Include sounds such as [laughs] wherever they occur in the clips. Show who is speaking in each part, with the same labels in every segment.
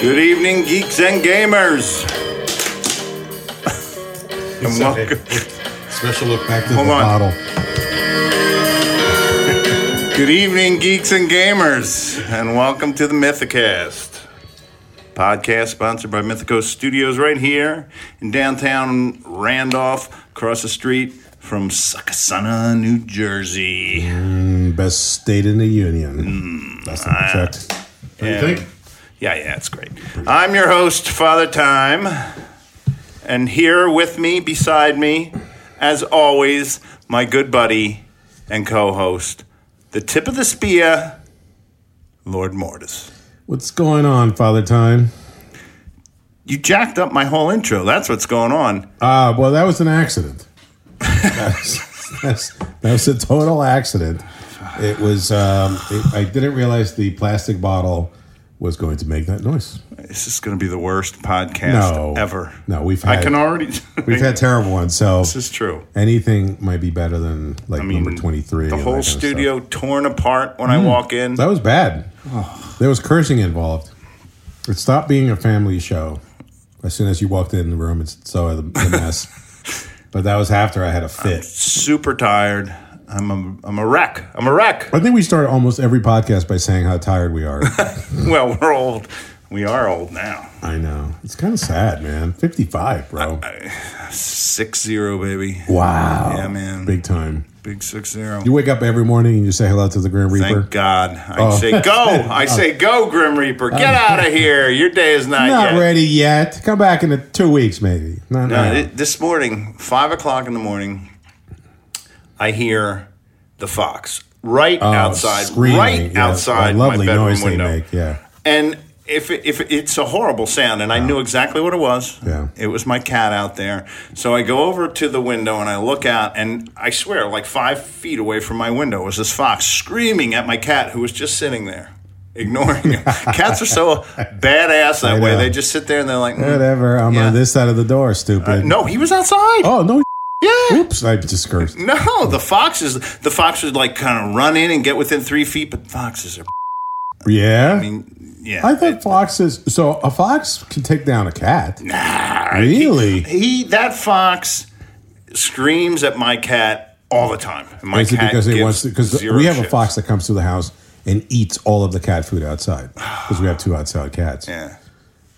Speaker 1: Good evening, geeks and gamers. and welcome.
Speaker 2: Special look back to
Speaker 1: Hold
Speaker 2: the
Speaker 1: on.
Speaker 2: bottle.
Speaker 1: Good evening, geeks and gamers, and welcome to the Mythicast podcast sponsored by Mythicos Studios, right here in downtown Randolph, across the street from Sucasana, New Jersey.
Speaker 2: Mm, Best state in the union.
Speaker 1: Hmm.
Speaker 2: That's not
Speaker 1: Uh,
Speaker 2: correct. What do you think?
Speaker 1: Yeah, yeah, it's great. I'm your host, Father Time, and here with me, beside me, as always, my good buddy and co-host, the tip of the spear, Lord Mortis.
Speaker 2: What's going on, Father Time?
Speaker 1: You jacked up my whole intro. That's what's going on.
Speaker 2: Uh, well, that was
Speaker 1: [laughs]
Speaker 2: an accident. That was, that's- that was a total accident. It was. Um, it, I didn't realize the plastic bottle was going to make that noise.
Speaker 1: This is going to be the worst podcast
Speaker 2: No.
Speaker 1: ever.
Speaker 2: No, we've
Speaker 1: I
Speaker 2: had-
Speaker 1: can already. [laughs]
Speaker 2: We've had terrible ones, so
Speaker 1: this is true.
Speaker 2: anything might be better than like number twenty three.
Speaker 1: The whole studio torn apart when I walk in.
Speaker 2: That was bad. There was cursing involved. It stopped being a family show as soon as you walked in the room and saw the, the mess.
Speaker 1: [laughs]
Speaker 2: but that was after I had a fit.
Speaker 1: Super tired. I'm a, I'm a wreck. I'm a wreck.
Speaker 2: I think we start almost every podcast by saying how tired
Speaker 1: [laughs]
Speaker 2: we are.
Speaker 1: Well, we're old. We are old now.
Speaker 2: I know. It's kind of sad, man. 55, bro.
Speaker 1: [laughs] Six zero, baby.
Speaker 2: wow.
Speaker 1: Yeah, man.
Speaker 2: Big time.
Speaker 1: Big six zero.
Speaker 2: You wake up every morning and you say hello to the Grim Reaper. Oh.
Speaker 1: Thank God. I say go.
Speaker 2: [laughs]
Speaker 1: I say go, Grim Reaper. Get out of here. Your day is not,
Speaker 2: Not
Speaker 1: yet.
Speaker 2: ready yet. Come back in a, two weeks, maybe. Not
Speaker 1: No,
Speaker 2: now.
Speaker 1: thi- this morning, five o'clock in the morning, I hear the fox right outside,
Speaker 2: Oh, Screaming,
Speaker 1: right
Speaker 2: yeah.
Speaker 1: outside
Speaker 2: That
Speaker 1: my
Speaker 2: lovely
Speaker 1: bedroom
Speaker 2: noise they
Speaker 1: window.
Speaker 2: make. Yeah.
Speaker 1: And if, it- if it- it's a horrible sound, and I knew exactly what it was.
Speaker 2: Yeah.
Speaker 1: It was my cat out there. So I go over to the window and I look out, and I swear, like five feet away from my window was this fox screaming at my cat who was just sitting there, [laughs] ignoring him. Cats are so badass that way.
Speaker 2: know.
Speaker 1: They just sit there and they're like, mm.
Speaker 2: Whatever. I'm
Speaker 1: Yeah. Uh,
Speaker 2: on this side of the door, stupid.
Speaker 1: no, he was outside.
Speaker 2: Oh, no.
Speaker 1: Yeah.
Speaker 2: Oops, I just cursed.
Speaker 1: No, the foxes. The fox would like kind of run in and get within three feet, but foxes are.
Speaker 2: Yeah. I,
Speaker 1: I mean, yeah.
Speaker 2: thought foxes. So a fox can take down a cat.
Speaker 1: Nah,
Speaker 2: Really?
Speaker 1: He, he- that fox screams at my cat all the time. And My
Speaker 2: Is it
Speaker 1: cat
Speaker 2: because it
Speaker 1: gives
Speaker 2: wants to? Because
Speaker 1: zero
Speaker 2: we have a
Speaker 1: shits.
Speaker 2: fox that comes to the house and eats all of the cat food outside because we have two outside cats.
Speaker 1: Yeah.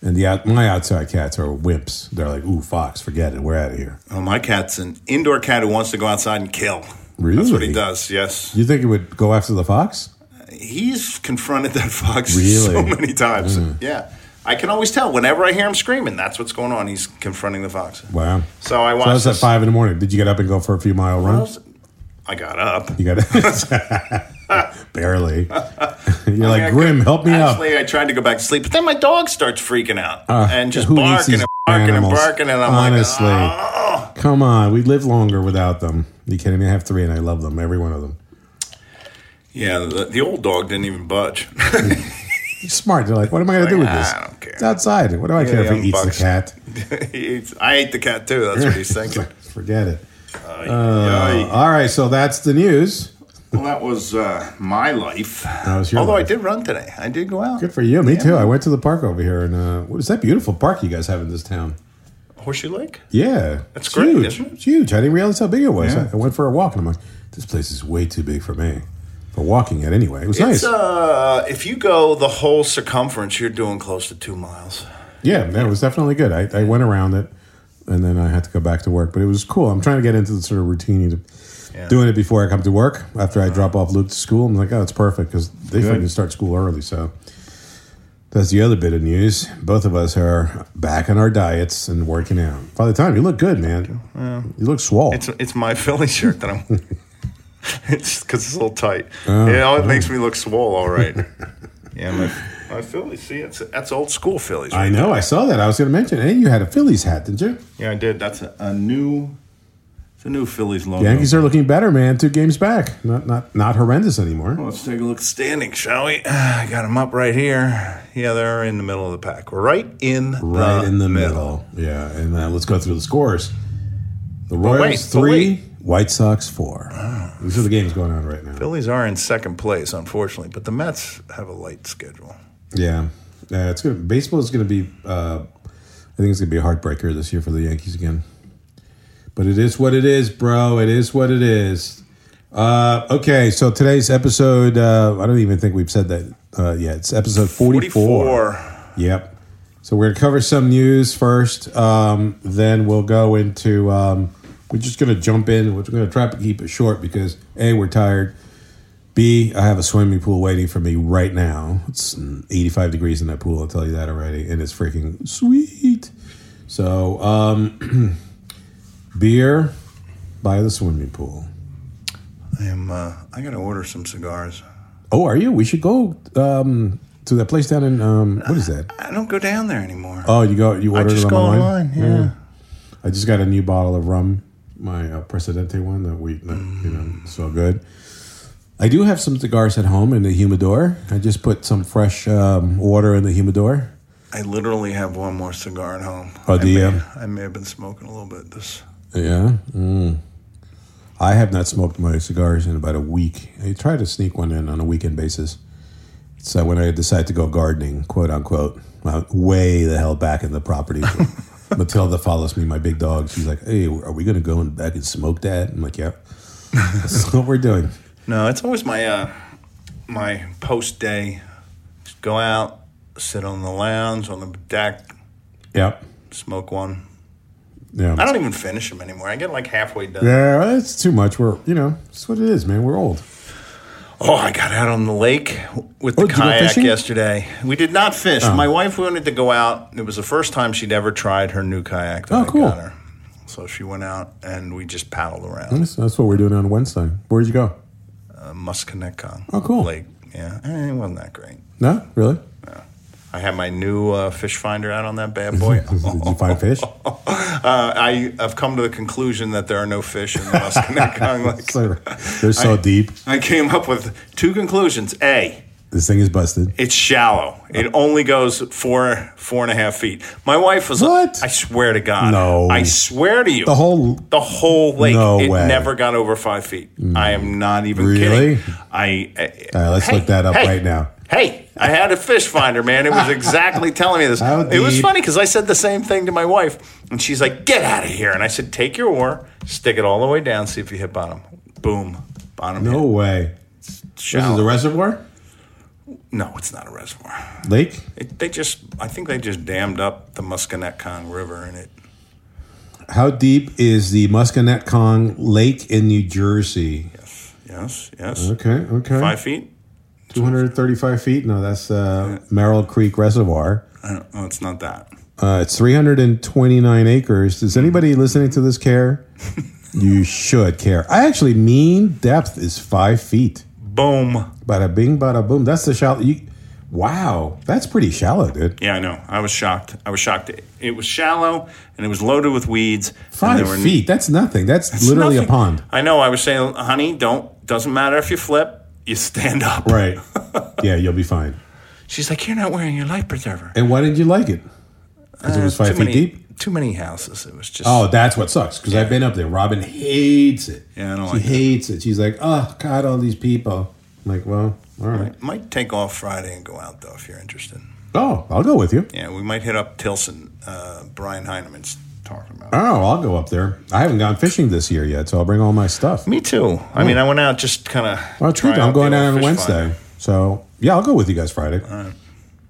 Speaker 2: And the out, my outside cats are wimps. They're like, ooh, fox, forget it. We're out of here.
Speaker 1: Oh, my cat's an indoor cat who wants to go outside and kill.
Speaker 2: Really?
Speaker 1: That's what he does. Yes,
Speaker 2: You think it would go after the fox?
Speaker 1: he's confronted that fox [laughs] so
Speaker 2: Really? Mm.
Speaker 1: many times. Yeah, I can always tell whenever I hear him screaming. That's what's going on. He's confronting the fox.
Speaker 2: Wow.
Speaker 1: So I
Speaker 2: So that
Speaker 1: watched.
Speaker 2: was at
Speaker 1: this-
Speaker 2: five in the morning. Did you get up and go for a few mile run?
Speaker 1: I got up.
Speaker 2: You got [laughs] barely. [laughs] You're
Speaker 1: I
Speaker 2: like Grim,
Speaker 1: could-
Speaker 2: help me up.
Speaker 1: Actually, I tried to go back to sleep, but then my dog starts freaking out
Speaker 2: Uh,
Speaker 1: and just
Speaker 2: who eats
Speaker 1: barking
Speaker 2: these
Speaker 1: and barking and
Speaker 2: animals?
Speaker 1: barking, and I'm
Speaker 2: Honestly.
Speaker 1: like, oh.
Speaker 2: Come on, we live longer without them. You kidding me? I have three, and I love them, every one of them.
Speaker 1: yeah. The, the old dog didn't even budge. [laughs]
Speaker 2: He's smart. They're like, what am I going to do with this?
Speaker 1: "Ah, I don't care."
Speaker 2: It's outside. What do I care if
Speaker 1: yeah,
Speaker 2: he eats
Speaker 1: bucks.
Speaker 2: the cat?
Speaker 1: He eats- I ate the cat too. That's [laughs] what he's
Speaker 2: [laughs] It's
Speaker 1: thinking.
Speaker 2: like, Forget it. Uh,
Speaker 1: Yikes.
Speaker 2: all right, so that's the news.
Speaker 1: well, that was uh, my life.
Speaker 2: That was your
Speaker 1: Although
Speaker 2: life.
Speaker 1: I did run today, I did go out.
Speaker 2: Good for you. Me too. I went to the park over here, and uh, what is that beautiful park you guys have in this town?
Speaker 1: Horseshoe Lake.
Speaker 2: Yeah,
Speaker 1: That's
Speaker 2: it's
Speaker 1: great,
Speaker 2: Huge.
Speaker 1: isn't it?
Speaker 2: It's huge. I didn't realize how big it was.
Speaker 1: Yeah.
Speaker 2: I, I went for a walk, and I'm like, this place is way too big for me for walking it. Anyway, it was nice.
Speaker 1: It's, uh, if you go the whole circumference, you're doing close to two miles.
Speaker 2: Yeah, that was definitely good. I, I went around it, and then I had to go back to work, but it was cool. I'm trying to get into the sort of routine of
Speaker 1: Yeah.
Speaker 2: doing it before I come to work. After I drop off Luke to school, I'm like, oh, it's perfect because they
Speaker 1: Good.
Speaker 2: freaking start school early. So that's the other bit of news. Both of us are back on our diets and working out. By the time you look good, man, you look swole.
Speaker 1: It's it's my [laughs] Philly shirt that I'm. it's because it's a little tight.
Speaker 2: Oh,
Speaker 1: you know, it makes me look swole. All
Speaker 2: [laughs]
Speaker 1: right. yeah, my my Philly. See, it's that's old school Phillies.
Speaker 2: I know. I saw that. I was going to mention, and you had a Phillies hat, didn't you?
Speaker 1: Yeah, I did. That's a, a new. It's a new Phillies logo.
Speaker 2: Yankees are looking better, man. Two games back, not not not horrendous anymore.
Speaker 1: Let's take a look at standings, shall we? [sighs] I got them up right here. Yeah, they're in the middle of the pack. We're right in
Speaker 2: Right
Speaker 1: the
Speaker 2: in the middle. Yeah, and uh, let's go through the scores. The Royals
Speaker 1: wait, Ah. but
Speaker 2: three,
Speaker 1: wait.
Speaker 2: White Sox four. These are the games going on right now.
Speaker 1: Phillies are in second place, unfortunately, but the Mets have a light schedule.
Speaker 2: Yeah, Yeah, it's gonna baseball is gonna be. Uh, I think it's gonna be a heartbreaker this year for the Yankees again. But it is what it is, bro. It is what it is. Uh, okay, so today's episode. Uh, I don't even think we've said that uh, yet. It's episode forty-four. Yep. So we're gonna cover some news first. Um, then we'll go into. Um, we're just gonna jump in. We're gonna try to keep it short because a we're tired. B I have a swimming pool waiting for me right now. It's 85 degrees in that pool. I'll tell you that already, and it's freaking sweet. So um, [clears throat] beer by the swimming pool.
Speaker 1: I am. Uh, I gotta order some cigars.
Speaker 2: Oh, are you? We should go um, to that place down in um, what is that?
Speaker 1: I don't go down there anymore.
Speaker 2: Oh, you go. You
Speaker 1: I
Speaker 2: ordered
Speaker 1: just
Speaker 2: it
Speaker 1: go online.
Speaker 2: online.
Speaker 1: Yeah.
Speaker 2: I just got a new bottle of rum, my uh, Presidente one that we, that, you know, so good. I do have some cigars at home in the humidor. I just put some fresh um, water in the humidor.
Speaker 1: I literally have one more cigar at home.
Speaker 2: Oh,
Speaker 1: I
Speaker 2: do you?
Speaker 1: May, I may have been smoking a little bit. This.
Speaker 2: Yeah. Mm. I have not smoked my cigars in about a week. I try to sneak one in on a weekend basis. So when I decide to go gardening, quote unquote, I'm way the hell back in the property. Matilda follows me, my big dog. She's like, "Hey, are we going to go in back and smoke that?" I'm like, "Yep." That's what we're doing.
Speaker 1: No, it's always my uh, my post day. Just go out, sit on the lounge on the deck,
Speaker 2: Yep.
Speaker 1: smoke one.
Speaker 2: Yeah.
Speaker 1: I don't even finish them anymore. I get like halfway done.
Speaker 2: yeah, it's too much. We're, you know, it's what it is, man. We're old.
Speaker 1: Oh, I got out on the lake with the
Speaker 2: Oh, did you go
Speaker 1: kayak
Speaker 2: fishing? Oh.
Speaker 1: yesterday. We did not fish. My wife wanted to go out. It was the first time she'd ever tried her new kayak that
Speaker 2: Oh,
Speaker 1: I
Speaker 2: cool.
Speaker 1: got her. So she went out and we just paddled around.
Speaker 2: That's, that's what we're doing on Wednesday. Where'd you go?
Speaker 1: Musconetcon.
Speaker 2: Oh, cool.
Speaker 1: Lake. Yeah, eh, it wasn't that great.
Speaker 2: No, really?
Speaker 1: I had my new uh, fish finder out on that bad boy.
Speaker 2: [laughs] Did you find fish?
Speaker 1: uh, I, I've come to the conclusion that there are no fish in the Musconetcon [laughs] Lake.
Speaker 2: So- They're so deep.
Speaker 1: I came up with two conclusions. A,
Speaker 2: This thing is busted.
Speaker 1: It's shallow. It
Speaker 2: Oh.
Speaker 1: only goes four four and a half feet. My wife was
Speaker 2: What?
Speaker 1: I swear to God.
Speaker 2: No.
Speaker 1: I swear to you.
Speaker 2: The whole
Speaker 1: the whole lake.
Speaker 2: No
Speaker 1: it
Speaker 2: way. Mm.
Speaker 1: never got over five feet. I am not even
Speaker 2: Really?
Speaker 1: kidding. I, I
Speaker 2: All right, let's
Speaker 1: hey,
Speaker 2: look that up
Speaker 1: hey,
Speaker 2: right now.
Speaker 1: Hey, I had a fish finder, man. It was
Speaker 2: [laughs]
Speaker 1: exactly telling me this.
Speaker 2: How
Speaker 1: It was
Speaker 2: deep?
Speaker 1: funny because I said the same thing to my wife, and she's like, "Get out of here!" And I said, "Take your oar, stick it all the way down, see if you hit bottom." Boom, bottom.
Speaker 2: No
Speaker 1: hit.
Speaker 2: way. This
Speaker 1: shallow.
Speaker 2: is a reservoir?
Speaker 1: no, it's not a reservoir.
Speaker 2: Lake?
Speaker 1: It, they just, I think they just dammed up the Musconetcon River, and it
Speaker 2: How deep is the Muscanet Kong Lake in New Jersey?
Speaker 1: yes, yes,
Speaker 2: Okay, okay.
Speaker 1: five feet.
Speaker 2: 235 feet? No, that's uh, Merrill Creek Reservoir.
Speaker 1: I don't, oh, it's not that.
Speaker 2: Uh, it's 329 acres. Does anybody listening to
Speaker 1: [laughs]
Speaker 2: this care? you should care. I actually mean depth is five feet.
Speaker 1: Boom.
Speaker 2: Bada bing, bada boom. That's the shallow. You, wow, that's pretty shallow, dude.
Speaker 1: Yeah, I know. I was shocked. I was shocked. It, it was shallow and it was loaded with weeds. and there
Speaker 2: Five
Speaker 1: were n-
Speaker 2: feet. That's nothing. That's, literally
Speaker 1: nothing.
Speaker 2: a pond.
Speaker 1: I know. I was saying, honey, don't. Doesn't matter if you flip. You stand up.
Speaker 2: Right. yeah, you'll be fine.
Speaker 1: She's like, you're not wearing your life preserver.
Speaker 2: And why didn't you like it? Because it was
Speaker 1: Uh,
Speaker 2: five
Speaker 1: too
Speaker 2: feet
Speaker 1: many,
Speaker 2: deep.
Speaker 1: Too many houses. It was just.
Speaker 2: Oh, that's what sucks. Because I've been up there. Robin hates it.
Speaker 1: Yeah, I don't
Speaker 2: she
Speaker 1: like that.
Speaker 2: hates it. She's like, oh God, all these people. I'm like, well, all right.
Speaker 1: Might take off Friday and go out though if you're interested.
Speaker 2: Oh, I'll go with you.
Speaker 1: Yeah, we might hit up Tilson. Uh, Brian Heineman's talking about.
Speaker 2: Oh, I'll go up there. I haven't gone fishing this year yet, so I'll bring all my stuff.
Speaker 1: Me too. I mean, I went out just kind of.
Speaker 2: Well, treat. I'm going down on Wednesday. So yeah, I'll go with you guys Friday.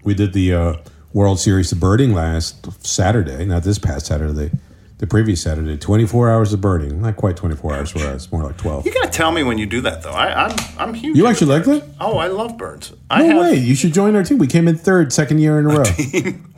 Speaker 2: We did the uh, World Series of birding last Saturday, not this past Saturday, the previous Saturday. 24 hours of birding, not quite 24 hours for us, more like 12.
Speaker 1: You gotta tell me when you do that, though. I, I'm I'm huge.
Speaker 2: You
Speaker 1: into
Speaker 2: actually like
Speaker 1: birds.
Speaker 2: that?
Speaker 1: Oh, I love birds. I have,
Speaker 2: No way! You should join our team. We came in third, second year in a row.
Speaker 1: [laughs]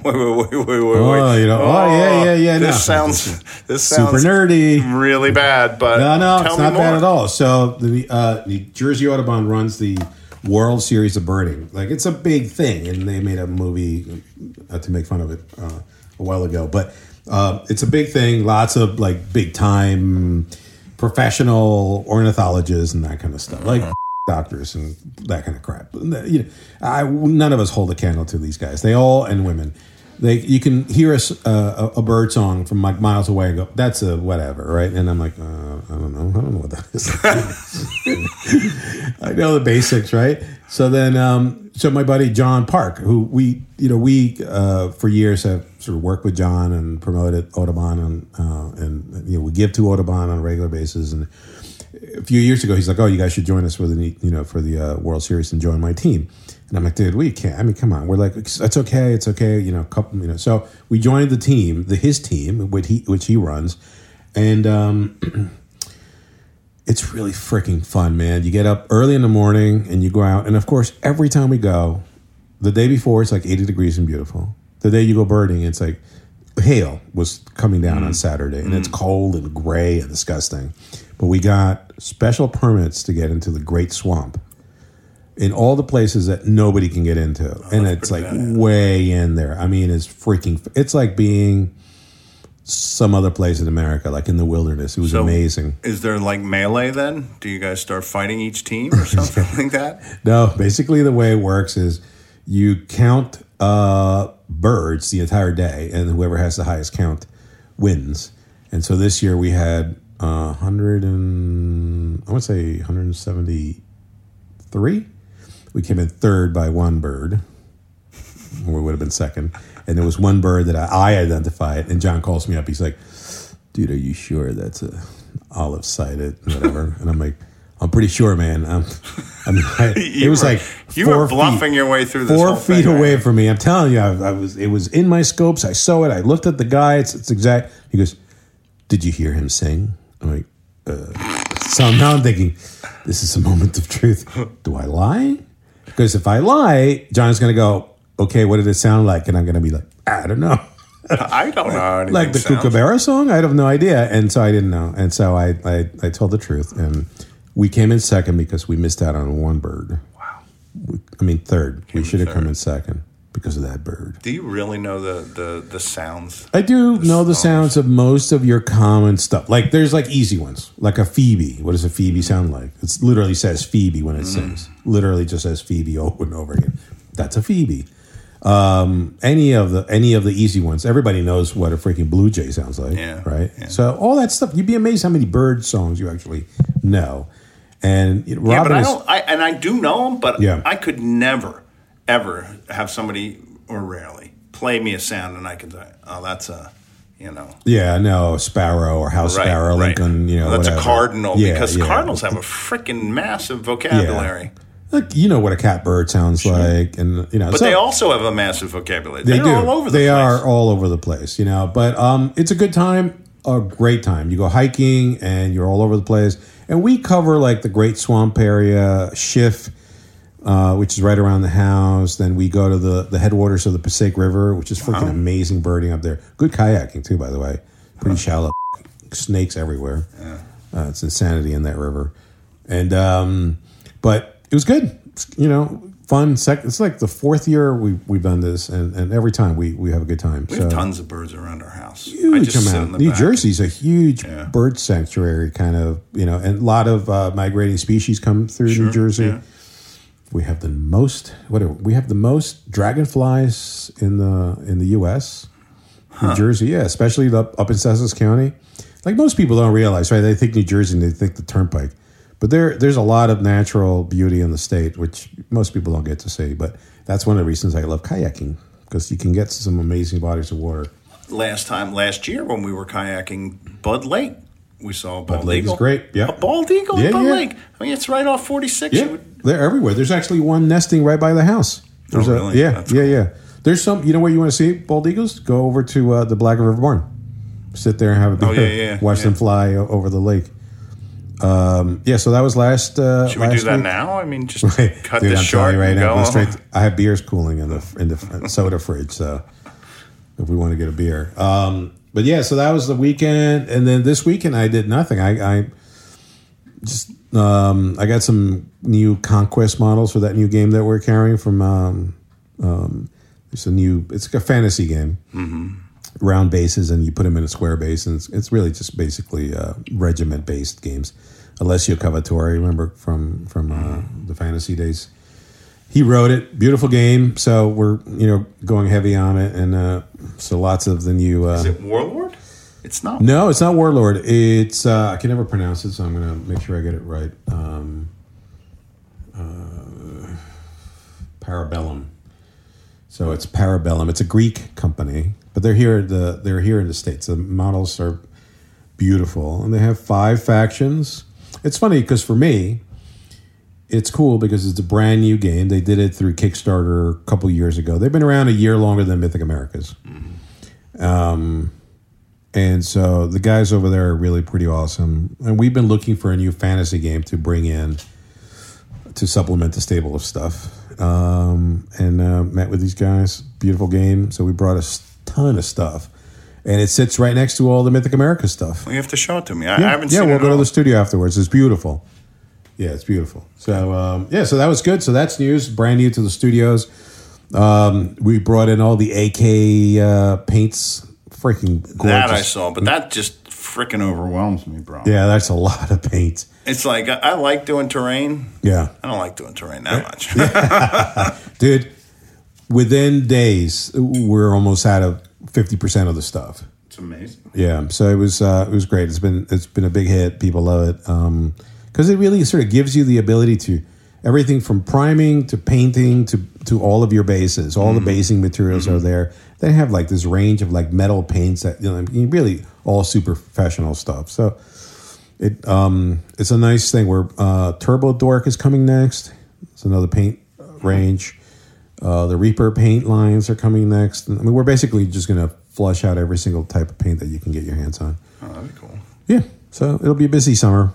Speaker 1: Wait, wait, wait, wait, wait, wait.
Speaker 2: Oh, you know- oh, yeah, yeah, yeah,
Speaker 1: This
Speaker 2: no.
Speaker 1: sounds [laughs] this
Speaker 2: Super
Speaker 1: sounds
Speaker 2: nerdy.
Speaker 1: really bad, but
Speaker 2: No,
Speaker 1: [laughs]
Speaker 2: no,
Speaker 1: tell
Speaker 2: it's
Speaker 1: me
Speaker 2: not
Speaker 1: more.
Speaker 2: bad at all. So the uh, the Jersey Audubon runs the World Series of Birding. Like it's a big thing, and they made a movie uh, to make fun of it uh, a while ago. But uh, it's a big thing. Lots of like big time professional ornithologists and that kind of stuff. Like. [laughs] Doctors and that kind of crap. You know, I, none of us hold a candle to these guys. They all and women They, you can hear a, s- uh, a, a bird song from like miles away. And go, that's a whatever, right? And I'm like, uh, I don't know, I don't know what that is. I know the basics, right? So then, um, so my buddy John Park, who we, you know, we uh, for years have sort of worked with John and promoted Audubon, and uh, and you know, we give to Audubon on a regular basis, and a few years ago, he's like, "Oh, you guys should join us for the you know for the uh, World Series and join my team." And I'm like, "Dude, we can't. I mean, come on. We're like, it's it's okay, it's okay. You know, couple, you know." So we joined the team, the his team, which he which he runs, and um, it's really freaking fun, man. You get up early in the morning and you go out, and of course, every time we go, the day before it's like 80 degrees and beautiful. The day you go birding, it's like hail was coming down on Saturday, and it's cold and gray and disgusting. But we got special permits to get into the Great Swamp in all the places that nobody can get into, and it's like way in there. I mean, it's freaking. It's like being some other place in America, like in the wilderness. It was
Speaker 1: So-
Speaker 2: amazing.
Speaker 1: Is there like melee then? Do you guys start fighting each team or [laughs] something like that?
Speaker 2: No, basically the way it works is you count uh, birds the entire day, and whoever has the highest count wins. And so this year we had uh, hundred and I would say 173. We came in third by one bird. We would have been second, and there was one bird that I, I identified. And John calls me up. He's like, dude, are you sure that's a olive sided whatever? and I'm like, I'm pretty sure, man. I'm, I mean, I,
Speaker 1: [laughs]
Speaker 2: it
Speaker 1: You
Speaker 2: was
Speaker 1: were-
Speaker 2: like
Speaker 1: you
Speaker 2: four
Speaker 1: were bluffing
Speaker 2: feet,
Speaker 1: your way through this
Speaker 2: four
Speaker 1: whole
Speaker 2: feet
Speaker 1: thing, right?
Speaker 2: away from me. I'm telling you, I, I was. It was in my scopes. I saw it. I looked at the guy. It's, it's exact. He goes, "Did you hear him sing?" I'm like, uh. so now I'm thinking, this is a moment of truth. Do I lie? Because if I lie, John's going to go, "Okay, what did it sound like?" And I'm going to be like, "I don't know." [laughs]
Speaker 1: I don't know. How anything
Speaker 2: like the
Speaker 1: sounds.
Speaker 2: Kookaburra song? I have no idea. And so I didn't know. And so I, I, I told the truth. And we came in second because we missed out on one bird. Wow. I mean, third. we should have come in second because of that bird.
Speaker 1: Do you really know the the, the sounds?
Speaker 2: I do know the
Speaker 1: songs.
Speaker 2: sounds of most of your common stuff. Like there's like easy ones, like a Phoebe. What does a Phoebe sound like? It literally says Phoebe when it
Speaker 1: Mm.
Speaker 2: sings. Literally just says Phoebe over and over again. That's a Phoebe. Um, any of the any of the easy ones. Everybody knows what a freaking blue jay sounds like,
Speaker 1: Yeah,
Speaker 2: right?
Speaker 1: yeah.
Speaker 2: So all that stuff. You'd be amazed how many bird songs you actually know. And you know,
Speaker 1: Yeah, but
Speaker 2: Robin
Speaker 1: I
Speaker 2: is-
Speaker 1: don't. I, and I do know them, but
Speaker 2: Yeah.
Speaker 1: I could never, ever have somebody or rarely play me a sound, and I could say, "Oh, that's a," you know,
Speaker 2: yeah, no sparrow or house sparrow, Lincoln. You know,
Speaker 1: that's
Speaker 2: whatever.
Speaker 1: a cardinal
Speaker 2: Yeah,
Speaker 1: because
Speaker 2: yeah.
Speaker 1: cardinals have a freaking massive vocabulary.
Speaker 2: Like you know what a catbird sounds like, and you know,
Speaker 1: But they also have a massive vocabulary.
Speaker 2: They
Speaker 1: They're
Speaker 2: do.
Speaker 1: all over the
Speaker 2: they
Speaker 1: place.
Speaker 2: are all over the place, you know. But um, it's a good time, a great time. You go hiking and you're all over the place. And we cover like the Great Swamp area, Schiff, uh, which is right around the house. Then we go to the the headwaters of the Passaic River, which is freaking amazing birding up there. Good kayaking too, by the way. Pretty shallow, snakes everywhere. Uh, it's insanity in that river. And um, but it was good, you know, fun. Sec- it's like the fourth year we we've done this, and, and every time we we have a good time.
Speaker 1: We
Speaker 2: so
Speaker 1: have tons of birds around our house. I
Speaker 2: huge
Speaker 1: just sit in the
Speaker 2: amount. New
Speaker 1: back.
Speaker 2: Jersey's a huge
Speaker 1: Yeah.
Speaker 2: bird sanctuary, kind of you know, and a lot of uh, migrating species come through New Jersey.
Speaker 1: yeah.
Speaker 2: We have the most whatever we have the most dragonflies in the in the U.S. New Jersey, yeah, especially up up in Sussex County. Like most people don't realize, right? They think New Jersey and they think the Turnpike, but there there's a lot of natural beauty in the state, which most people don't get to see. But that's one of the reasons I love kayaking because you can get some amazing bodies of water.
Speaker 1: Last time, last year when we were kayaking Bud Lake, we saw a bald
Speaker 2: Lake is
Speaker 1: eagle.
Speaker 2: great, yeah.
Speaker 1: a bald eagle
Speaker 2: Yeah,
Speaker 1: in Bud
Speaker 2: yeah.
Speaker 1: Lake. I mean, it's right off 46. You
Speaker 2: Yeah,
Speaker 1: would-
Speaker 2: they're everywhere. There's actually one nesting right by the house. There's
Speaker 1: Oh,
Speaker 2: a,
Speaker 1: really?
Speaker 2: Yeah,
Speaker 1: That's
Speaker 2: yeah, yeah. There's some. You know where you want to see bald eagles? Go over to uh, the Black River Barn. Sit there and have a beer.
Speaker 1: Oh, yeah, yeah,
Speaker 2: watch
Speaker 1: yeah.
Speaker 2: them fly o- over the lake. Um, yeah, so that was last. Uh,
Speaker 1: Should we do
Speaker 2: last
Speaker 1: that
Speaker 2: week.
Speaker 1: now? I mean, just
Speaker 2: [laughs]
Speaker 1: [laughs] cut
Speaker 2: Dude,
Speaker 1: this
Speaker 2: I'm
Speaker 1: short
Speaker 2: telling you right
Speaker 1: and
Speaker 2: now,
Speaker 1: go
Speaker 2: I'm
Speaker 1: home.
Speaker 2: straight I have beers cooling in the in the fr- soda fridge, so if we want to get a beer. Um, but yeah, so that was the weekend, and then this weekend I did nothing. I, I just um, I got some new conquest models for that new game that we're carrying from. Um, um, it's a new. It's like a fantasy game.
Speaker 1: Mm-hmm.
Speaker 2: Round bases, and you put them in a square base, and it's, it's really just basically uh, regiment based games. Alessio Cavatore, remember from from uh, the fantasy days he wrote it. Beautiful game. So we're you know going heavy on it, and uh, so lots of the new. Uh,
Speaker 1: Is it Warlord? It's not.
Speaker 2: no, it's not Warlord. It's uh, I can never pronounce it, so I'm gonna make sure I get it right. Um, uh, Parabellum. So it's Parabellum. It's a Greek company, but they're here. The they're here in the states. The models are beautiful, and they have five factions. It's funny because for me, it's cool because it's a brand new game. They did it through Kickstarter a couple years ago. They've been around a year longer than Mythic Americas. And so the guys over there are really pretty awesome. And we've been looking for a new fantasy game to bring in to supplement the stable of stuff. Um, and uh, met with these guys. Beautiful game. So we brought a s- ton of stuff. And it sits right next to all the Mythic America stuff.
Speaker 1: You have to show it to me. I, I
Speaker 2: Yeah,
Speaker 1: haven't
Speaker 2: yeah
Speaker 1: seen
Speaker 2: we'll
Speaker 1: it.
Speaker 2: go
Speaker 1: at
Speaker 2: to
Speaker 1: all.
Speaker 2: the studio afterwards. It's beautiful. Yeah, it's beautiful. So, um, yeah, so that was good. So that's news, brand new to the studios. Um, we brought in all the AK uh, paints. Freaking gorgeous.
Speaker 1: that I saw, but that just freaking overwhelms me, bro.
Speaker 2: Yeah, that's a lot of paint.
Speaker 1: It's like I, I like doing terrain.
Speaker 2: Yeah.
Speaker 1: I don't like doing terrain that much.
Speaker 2: Dude, within days, we're almost out of 50% of the stuff.
Speaker 1: [laughs] it's amazing.
Speaker 2: Yeah. So it was uh, it was great. It's been it's been a big hit. People love it. Um 'cause cuz it really sort of gives you the ability to everything from priming to painting to to all of your bases. All the basing materials are there. They have like this range of like metal paints that you know really all super professional stuff. So it um it's a nice thing where uh turbo dork is coming next it's another paint range uh the reaper paint lines are coming next i mean we're basically just gonna flush out every single type of paint that you can get your hands on
Speaker 1: Oh, that'd be cool.
Speaker 2: yeah so it'll be a busy summer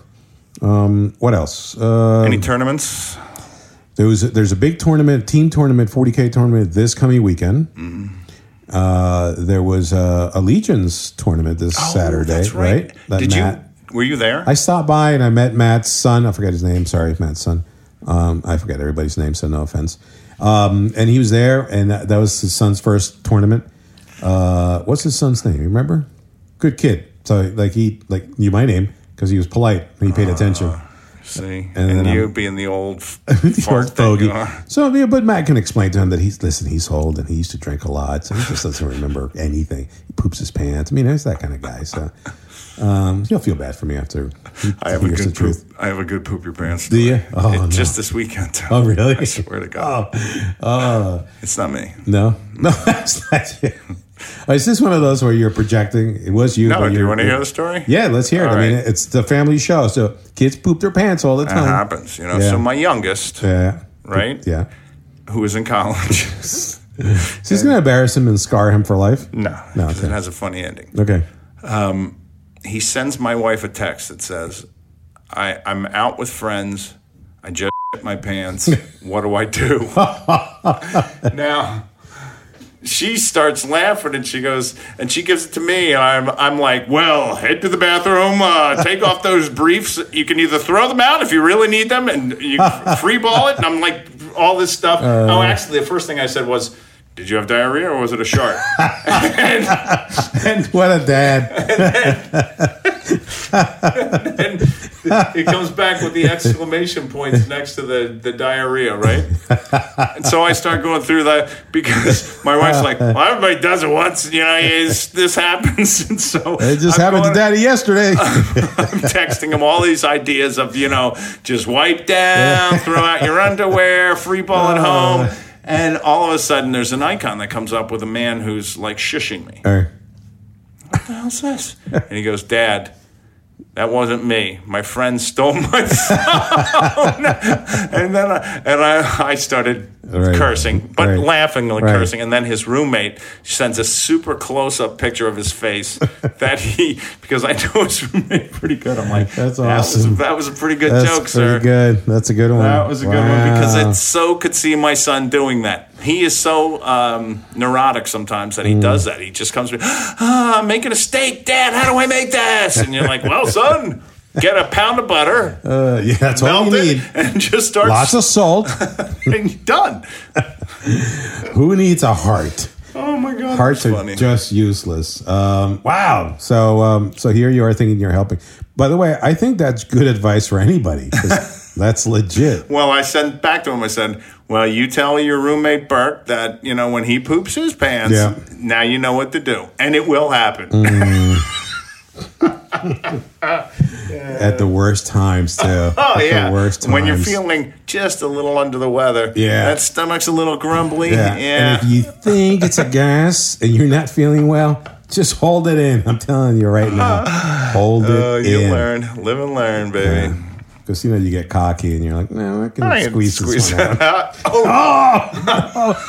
Speaker 2: um what else uh
Speaker 1: Any tournaments?
Speaker 2: there was there's a big tournament team tournament 40k tournament this coming weekend
Speaker 1: Mm-hmm.
Speaker 2: uh there was a allegiance tournament this Oh, saturday
Speaker 1: Oh, that's
Speaker 2: right, That
Speaker 1: Did
Speaker 2: Matt-
Speaker 1: you? Were you there?
Speaker 2: I stopped by and I met Matt's son. I forget his name. Sorry, Matt's son. Um, I forget everybody's name, so no offense. Um, and he was there, and that, that was his son's first tournament. Uh, what's his son's name? You remember? Good kid. So like he like knew my name because he was polite. and He paid attention.
Speaker 1: Ah, See, and,
Speaker 2: then
Speaker 1: you
Speaker 2: I'm-
Speaker 1: being the
Speaker 2: [laughs]
Speaker 1: old f-
Speaker 2: He
Speaker 1: fart
Speaker 2: worked bogey.
Speaker 1: that you are.
Speaker 2: So, yeah, but Matt can explain to him that he's listen. He's old and he used to drink a lot, so he just doesn't remember anything. He poops his pants. I mean, he's that kind of guy. So, um, he'll feel bad for me after. He
Speaker 1: I have a
Speaker 2: hears
Speaker 1: good
Speaker 2: the truth.
Speaker 1: poop. I have a good poop your pants.
Speaker 2: Do you? Oh,
Speaker 1: It-
Speaker 2: no.
Speaker 1: Just this weekend.
Speaker 2: Oh, really? [laughs] Oh,
Speaker 1: I swear to God, it's not me.
Speaker 2: No, [laughs] no, that's not you. Oh, Is this one of those where you're projecting? It was you.
Speaker 1: No,
Speaker 2: but
Speaker 1: do you
Speaker 2: you're-
Speaker 1: want to hear the story?
Speaker 2: Yeah, let's hear it.
Speaker 1: All
Speaker 2: I mean,
Speaker 1: right.
Speaker 2: it's the family show, so kids poop their pants all the
Speaker 1: It
Speaker 2: time.
Speaker 1: happens, you know.
Speaker 2: Yeah.
Speaker 1: So my youngest,
Speaker 2: Yeah,
Speaker 1: right,
Speaker 2: yeah.
Speaker 1: who was in college,
Speaker 2: So he's gonna embarrass him and scar him for life.
Speaker 1: no,
Speaker 2: [laughs] No,
Speaker 1: because
Speaker 2: okay.
Speaker 1: it has a funny ending.
Speaker 2: Okay. [laughs]
Speaker 1: He sends my wife a text that says, I, "I'm out with friends. I just [laughs] shit my pants. What do I do?" [laughs] now. She starts laughing and she goes, and she gives it to me. And I'm, I'm like, well, head to the bathroom, uh, take off those briefs. You can either throw them out if you really need them and you free ball it. And I'm like, all this stuff. oh, actually, the first thing I said was, did you have diarrhea or was it a shark? and,
Speaker 2: And what a dad!
Speaker 1: and it comes back with the exclamation points next to the, the diarrhea, right? And so I start going through that because my wife's like, well, everybody does it once, you know, it's, this happens. [laughs] And so
Speaker 2: It just
Speaker 1: I'm
Speaker 2: happened
Speaker 1: going-
Speaker 2: to
Speaker 1: [laughs]
Speaker 2: Daddy yesterday. [laughs]
Speaker 1: I'm texting him all these ideas of, you know, just wipe down, throw out your underwear, free ball
Speaker 2: Uh.
Speaker 1: at home. And all of a sudden, there's an icon that comes up with a man who's like shushing me.
Speaker 2: All right.
Speaker 1: What the hell's this? And he goes, Dad, that wasn't me. My friend stole my [laughs] phone. and then I, and I, I started
Speaker 2: Right.
Speaker 1: cursing, but
Speaker 2: Right.
Speaker 1: laughing and
Speaker 2: Right.
Speaker 1: cursing. And then his roommate sends a super close up picture of his
Speaker 2: [laughs]
Speaker 1: face that he, because I know his roommate pretty good. I'm like,
Speaker 2: That's
Speaker 1: that was-
Speaker 2: awesome.
Speaker 1: That was, a pretty good
Speaker 2: That's
Speaker 1: joke,
Speaker 2: pretty
Speaker 1: sir.
Speaker 2: good. That's a good one.
Speaker 1: That was a good one because it so could see my son doing that. He is so um, neurotic sometimes
Speaker 2: Hmm.
Speaker 1: that he does that. He just comes to me, ah, I'm making a steak, Dad. How do I make this? And you're like, well, son, get a pound of butter,
Speaker 2: Uh, [laughs] yeah, that's all
Speaker 1: melt
Speaker 2: you
Speaker 1: it,
Speaker 2: need.
Speaker 1: and just start
Speaker 2: Lots of salt.
Speaker 1: [laughs] and you're done.
Speaker 2: Who needs a heart?
Speaker 1: Oh my God,
Speaker 2: Hearts
Speaker 1: that's
Speaker 2: are
Speaker 1: funny.
Speaker 2: just useless. Um, wow. So um, so here you are thinking you're helping. By the way, I think that's good advice for anybody. 'cause
Speaker 1: [laughs]
Speaker 2: That's legit.
Speaker 1: Well, I sent back to him. I said, "Well, you tell your roommate Bert that you know when he poops his pants.
Speaker 2: Yeah. Hmm.
Speaker 1: Now you know what to do, and it will happen."
Speaker 2: At the worst times, too.
Speaker 1: [laughs] Oh
Speaker 2: At
Speaker 1: yeah,
Speaker 2: The worst times.
Speaker 1: when you're feeling just a little under the weather.
Speaker 2: Yeah.
Speaker 1: that stomach's a little grumbly.
Speaker 2: Yeah.
Speaker 1: Yeah,
Speaker 2: And if you think it's a gas and you're not feeling well, just hold it in. I'm telling you right
Speaker 1: [laughs]
Speaker 2: now. Hold it
Speaker 1: oh, you
Speaker 2: in.
Speaker 1: learn, live and learn, baby.
Speaker 2: Because you know you get cocky and you're like, no, I can
Speaker 1: I ain't
Speaker 2: squeeze, this
Speaker 1: squeezing
Speaker 2: one
Speaker 1: [laughs]
Speaker 2: out.
Speaker 1: out. Oh,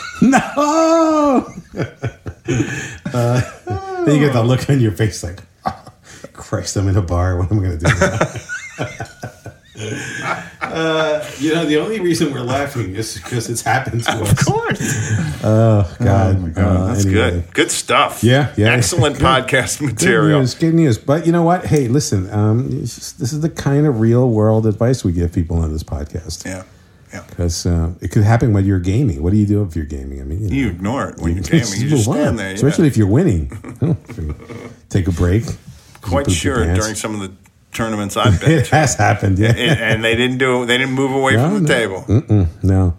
Speaker 1: [laughs]
Speaker 2: No. [laughs] uh, then you get that look on your face like, [laughs] Christ, I'm in a bar. What am I going to do? now?" [laughs] uh, you know, the only reason we're laughing is because it's happened to us.
Speaker 1: of course.
Speaker 2: God. Uh,
Speaker 1: Oh, That's
Speaker 2: anyway.
Speaker 1: good. Good stuff.
Speaker 2: Yeah, yeah. [laughs]
Speaker 1: Excellent podcast
Speaker 2: Good
Speaker 1: material.
Speaker 2: news, good news. But you know what? Hey, listen, um, it's just- this is the kind of real world advice we give people on this podcast.
Speaker 1: Yeah, yeah.
Speaker 2: Because uh, it could happen when you're gaming. What do you do if you're gaming? I mean, know.
Speaker 1: You ignore it when you're
Speaker 2: Just
Speaker 1: gaming. You just
Speaker 2: move on,
Speaker 1: stand there. yeah.
Speaker 2: Especially if you're winning. [laughs] Oh, Take a break.
Speaker 1: Quite
Speaker 2: Poop your
Speaker 1: sure
Speaker 2: pants.
Speaker 1: during some of the tournaments I've been,
Speaker 2: [laughs] It has happened, yeah.
Speaker 1: and, and they didn't do. They didn't move away
Speaker 2: No, Mm.
Speaker 1: from the
Speaker 2: no.
Speaker 1: table.
Speaker 2: no.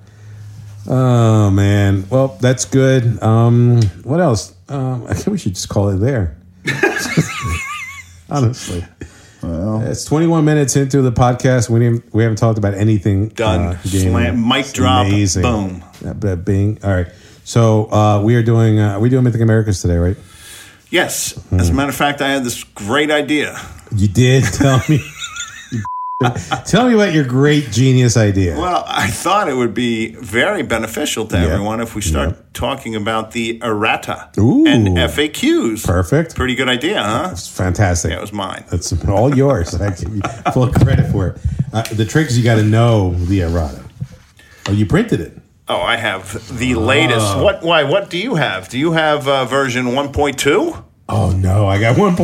Speaker 2: Oh man. Well, that's good. Um, what else? Um, I think we should just call it there. [laughs] Honestly.
Speaker 3: Well,
Speaker 2: It's 21 minutes into the podcast. We didn't, we haven't talked about anything. uh,
Speaker 1: Done.
Speaker 2: gaming.
Speaker 1: Slam. Mic
Speaker 2: It's
Speaker 1: drop. Boom.
Speaker 2: Uh, b- Bing. All right. So uh, we are doing. Uh, we doing Mythic Americas today, right?
Speaker 1: Yes. As a
Speaker 2: Mm.
Speaker 1: matter of fact, I had this great idea.
Speaker 2: You did [laughs] tell me. tell me about your great genius idea.
Speaker 1: Well, I thought it would be very beneficial to everyone if we start talking about the errata
Speaker 2: Ooh.
Speaker 1: and FAQs.
Speaker 2: Perfect.
Speaker 1: Pretty good idea, huh?
Speaker 2: It's fantastic.
Speaker 1: That was mine.
Speaker 2: That's all yours. I give you full credit for it. Uh, the trick is you got to know the errata. Oh, you printed it.
Speaker 1: Oh, I have the
Speaker 2: Ah.
Speaker 1: latest. What? Why? What do you have? Do you have uh, version 1.2?
Speaker 2: Oh no, I
Speaker 1: [laughs]
Speaker 2: got 1.0.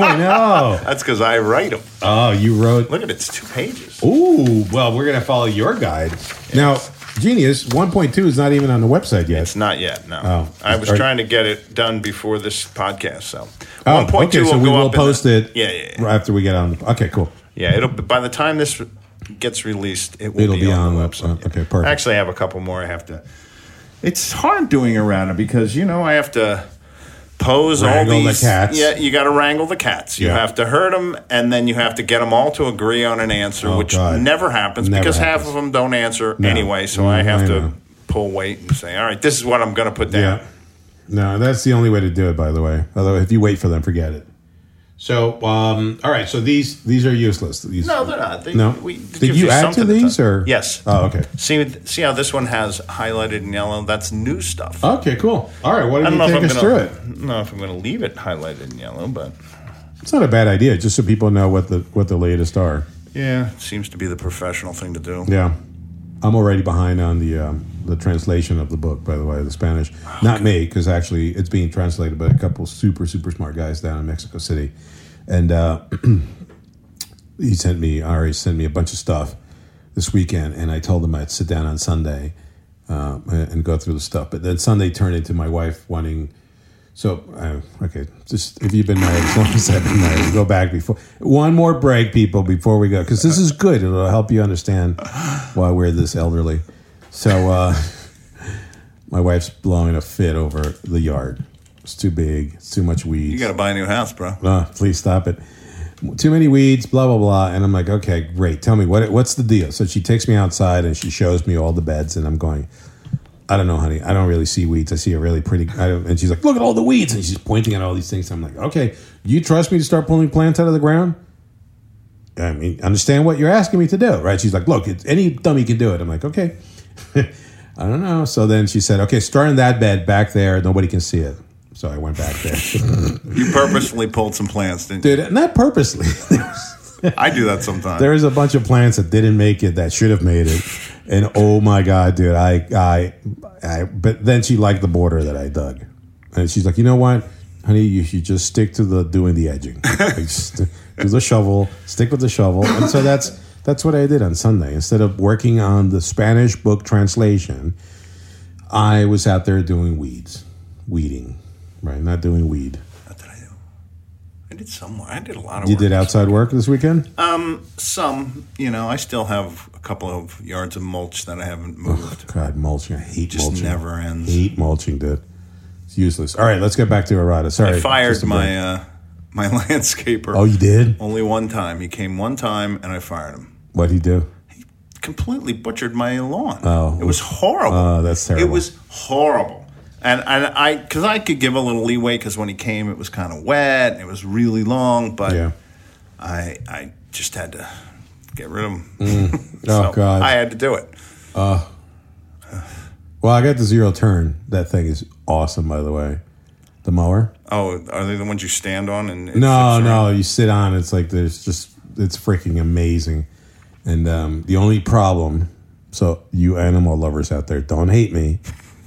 Speaker 1: That's because I write them.
Speaker 2: oh, you wrote
Speaker 1: Look at it, it's two pages.
Speaker 2: Ooh, well, we're gonna follow your guide. Now, Genius 1.2 is not even on the website yet.
Speaker 1: It's not yet. No,
Speaker 2: Oh.
Speaker 1: I was
Speaker 2: Are-
Speaker 1: trying to get it done before this podcast. So,
Speaker 2: Oh,
Speaker 1: 1.2
Speaker 2: okay, so
Speaker 1: will
Speaker 2: we
Speaker 1: go
Speaker 2: will
Speaker 1: up in the-
Speaker 2: post it.
Speaker 1: Yeah, yeah, yeah.
Speaker 2: right after we get on. The, okay, cool.
Speaker 1: Yeah, it'll by the time this gets released, it will
Speaker 2: It'll
Speaker 1: be, on, the website.
Speaker 2: uh, okay, perfect.
Speaker 1: Actually, I have a couple more. I have to. It's hard doing errata because you know I have to pose
Speaker 2: Wrangle
Speaker 1: all
Speaker 2: the
Speaker 1: these.
Speaker 2: cats.
Speaker 1: Yeah, you got to wrangle the cats. You
Speaker 2: Yeah.
Speaker 1: have to herd them, and then you have to get them all to agree on an answer, which
Speaker 2: Oh, God.
Speaker 1: never happens
Speaker 2: Never
Speaker 1: because half
Speaker 2: happens.
Speaker 1: of them don't answer anyway. So
Speaker 2: Mm,
Speaker 1: I have
Speaker 2: I know.
Speaker 1: to pull weight and say, "All right, this is what I'm going to put down."
Speaker 2: Yeah. No, that's the only way to do it. By the way, although if you wait for them, forget it. So, um, all right. So these these are useless. These
Speaker 1: No, they're not. They,
Speaker 2: no.
Speaker 1: we- it
Speaker 2: Did
Speaker 1: gives
Speaker 2: you add to
Speaker 1: something talk-
Speaker 2: these or
Speaker 1: Yes.
Speaker 2: Oh, okay.
Speaker 1: See, see how this one has highlighted in yellow. That's new stuff.
Speaker 2: Okay, cool. All right. Why
Speaker 1: I
Speaker 2: don't
Speaker 1: don't
Speaker 2: Oh, you
Speaker 1: know if
Speaker 2: take
Speaker 1: I'm
Speaker 2: us
Speaker 1: gonna.
Speaker 2: through it?
Speaker 1: I don't know if I'm gonna leave it highlighted in yellow, but
Speaker 2: It's not a bad idea, just so people know what the what the latest are.
Speaker 1: yeah, it seems to be the professional thing to do.
Speaker 2: Yeah, I'm already behind on the um, the translation of the book. By the way, the Spanish. Not me, because actually it's being translated by a couple super super smart guys down in Mexico City, and uh, [clears throat] he sent me Ari sent me a bunch of stuff this weekend, and I told him I'd sit down on Sunday uh, and go through the stuff. But then Sunday turned into my wife wanting. So uh, okay, just if you've been married [laughs] as long as I've been married, we'll go back before one more break, people, before we go, because this is good. It'll help you understand why we're this elderly. So uh, [laughs] my wife's blowing a fit over the yard. It's too big. It's too much weeds
Speaker 1: You gotta buy a new house, bro.
Speaker 2: uh, please stop it. Too many weeds, blah blah blah. And I'm like, okay, great. Tell me what what's the deal? So she takes me outside and she shows me all the beds, and I'm going, I don't know, honey. I don't really see weeds. I see a really pretty. I don't, and she's like, look at all the weeds, and she's pointing at all these things. I'm like, okay, you trust me to start pulling plants out of the ground? I mean, understand what you're asking me to do, right? She's like, look, it's, any dummy can do it. I'm like, okay. [laughs] I don't know. So then she said, okay, start in that bed back there. Nobody can see it. So I went back there.
Speaker 1: You purposefully pulled some plants, didn't you?
Speaker 2: Dude, not purposely.
Speaker 1: I do that sometimes.
Speaker 2: there is a bunch of plants that didn't make it that should have made it, and oh my god, dude, I, I, I. But then she liked the border that I dug, and she's like, you know what, honey, you should just stick to the doing the edging,
Speaker 1: [laughs]
Speaker 2: Like, just do the shovel, stick with the shovel, and so that's that's what I did on Sunday. Instead of working on the Spanish book translation, I was out there doing weeds, weeding, right? Not doing weed.
Speaker 1: What did I do? I did somewhere. I did a lot of
Speaker 2: You
Speaker 1: work.
Speaker 2: did outside work this weekend?
Speaker 1: Some, you know, I still have a couple of yards of mulch that I haven't moved.
Speaker 2: God, mulching. I hate
Speaker 1: Just
Speaker 2: mulching.
Speaker 1: never ends.
Speaker 2: hate mulching, dude. It's useless. All right, let's get back to Errata. Sorry.
Speaker 1: I
Speaker 2: just
Speaker 1: fired
Speaker 2: a
Speaker 1: my
Speaker 2: break.
Speaker 1: uh, my [laughs] landscaper.
Speaker 2: Oh, you did?
Speaker 1: Only one time. He came one time and I fired him.
Speaker 2: What'd he do?
Speaker 1: Completely butchered my lawn. Oh. It was horrible.
Speaker 2: Oh, that's
Speaker 1: It
Speaker 2: terrible.
Speaker 1: was horrible. And, and I, because I could give a little leeway because when he came, it was kind of wet and it was really long, but
Speaker 2: Yeah.
Speaker 1: I, I just had to get rid of him. [laughs]
Speaker 2: Oh,
Speaker 1: So
Speaker 2: God.
Speaker 1: I had to do it.
Speaker 2: well, I got the zero turn. That thing is awesome, by the way. The mower?
Speaker 1: Oh, are they the ones you stand on? And it
Speaker 2: No,
Speaker 1: flips around?
Speaker 2: no. You sit on. It's like there's just it's freaking amazing. And um, the only problem, so you animal lovers out there, don't hate me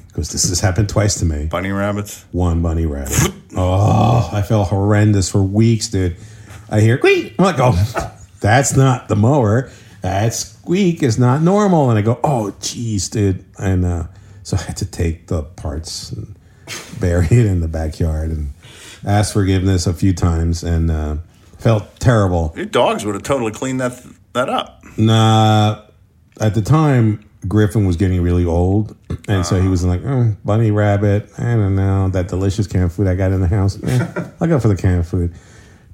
Speaker 2: because this has happened twice to me.
Speaker 1: bunny rabbits.
Speaker 2: One bunny rabbit. oh, I felt horrendous for weeks, dude. I hear squeak. I'm like, oh, that's not the mower. That squeak is not normal. And I go, oh, geez, dude. And uh, so I had to take the parts and bury it in the backyard and ask forgiveness a few times and uh, felt terrible.
Speaker 1: Your dogs would have totally cleaned that that up.
Speaker 2: Nah, at the time, Griffin was getting really old, and so he was like, "Mm, "Bunny rabbit, I don't know that delicious canned food I got in the house. Eh, I'll go for the canned food."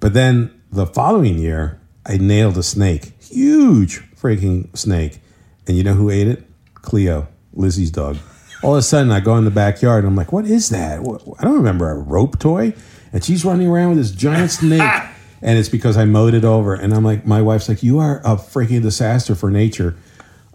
Speaker 2: But then the following year, I nailed a snake, huge freaking snake, and you know who ate it? Cleo, Lizzie's dog. All of a sudden, I go in the backyard and I'm like, "What is that? What, I don't remember a rope toy." And she's running around with this
Speaker 1: [laughs]
Speaker 2: giant snake, and it's because I mowed it over. And I'm like, my wife's like, "You are a freaking disaster for nature."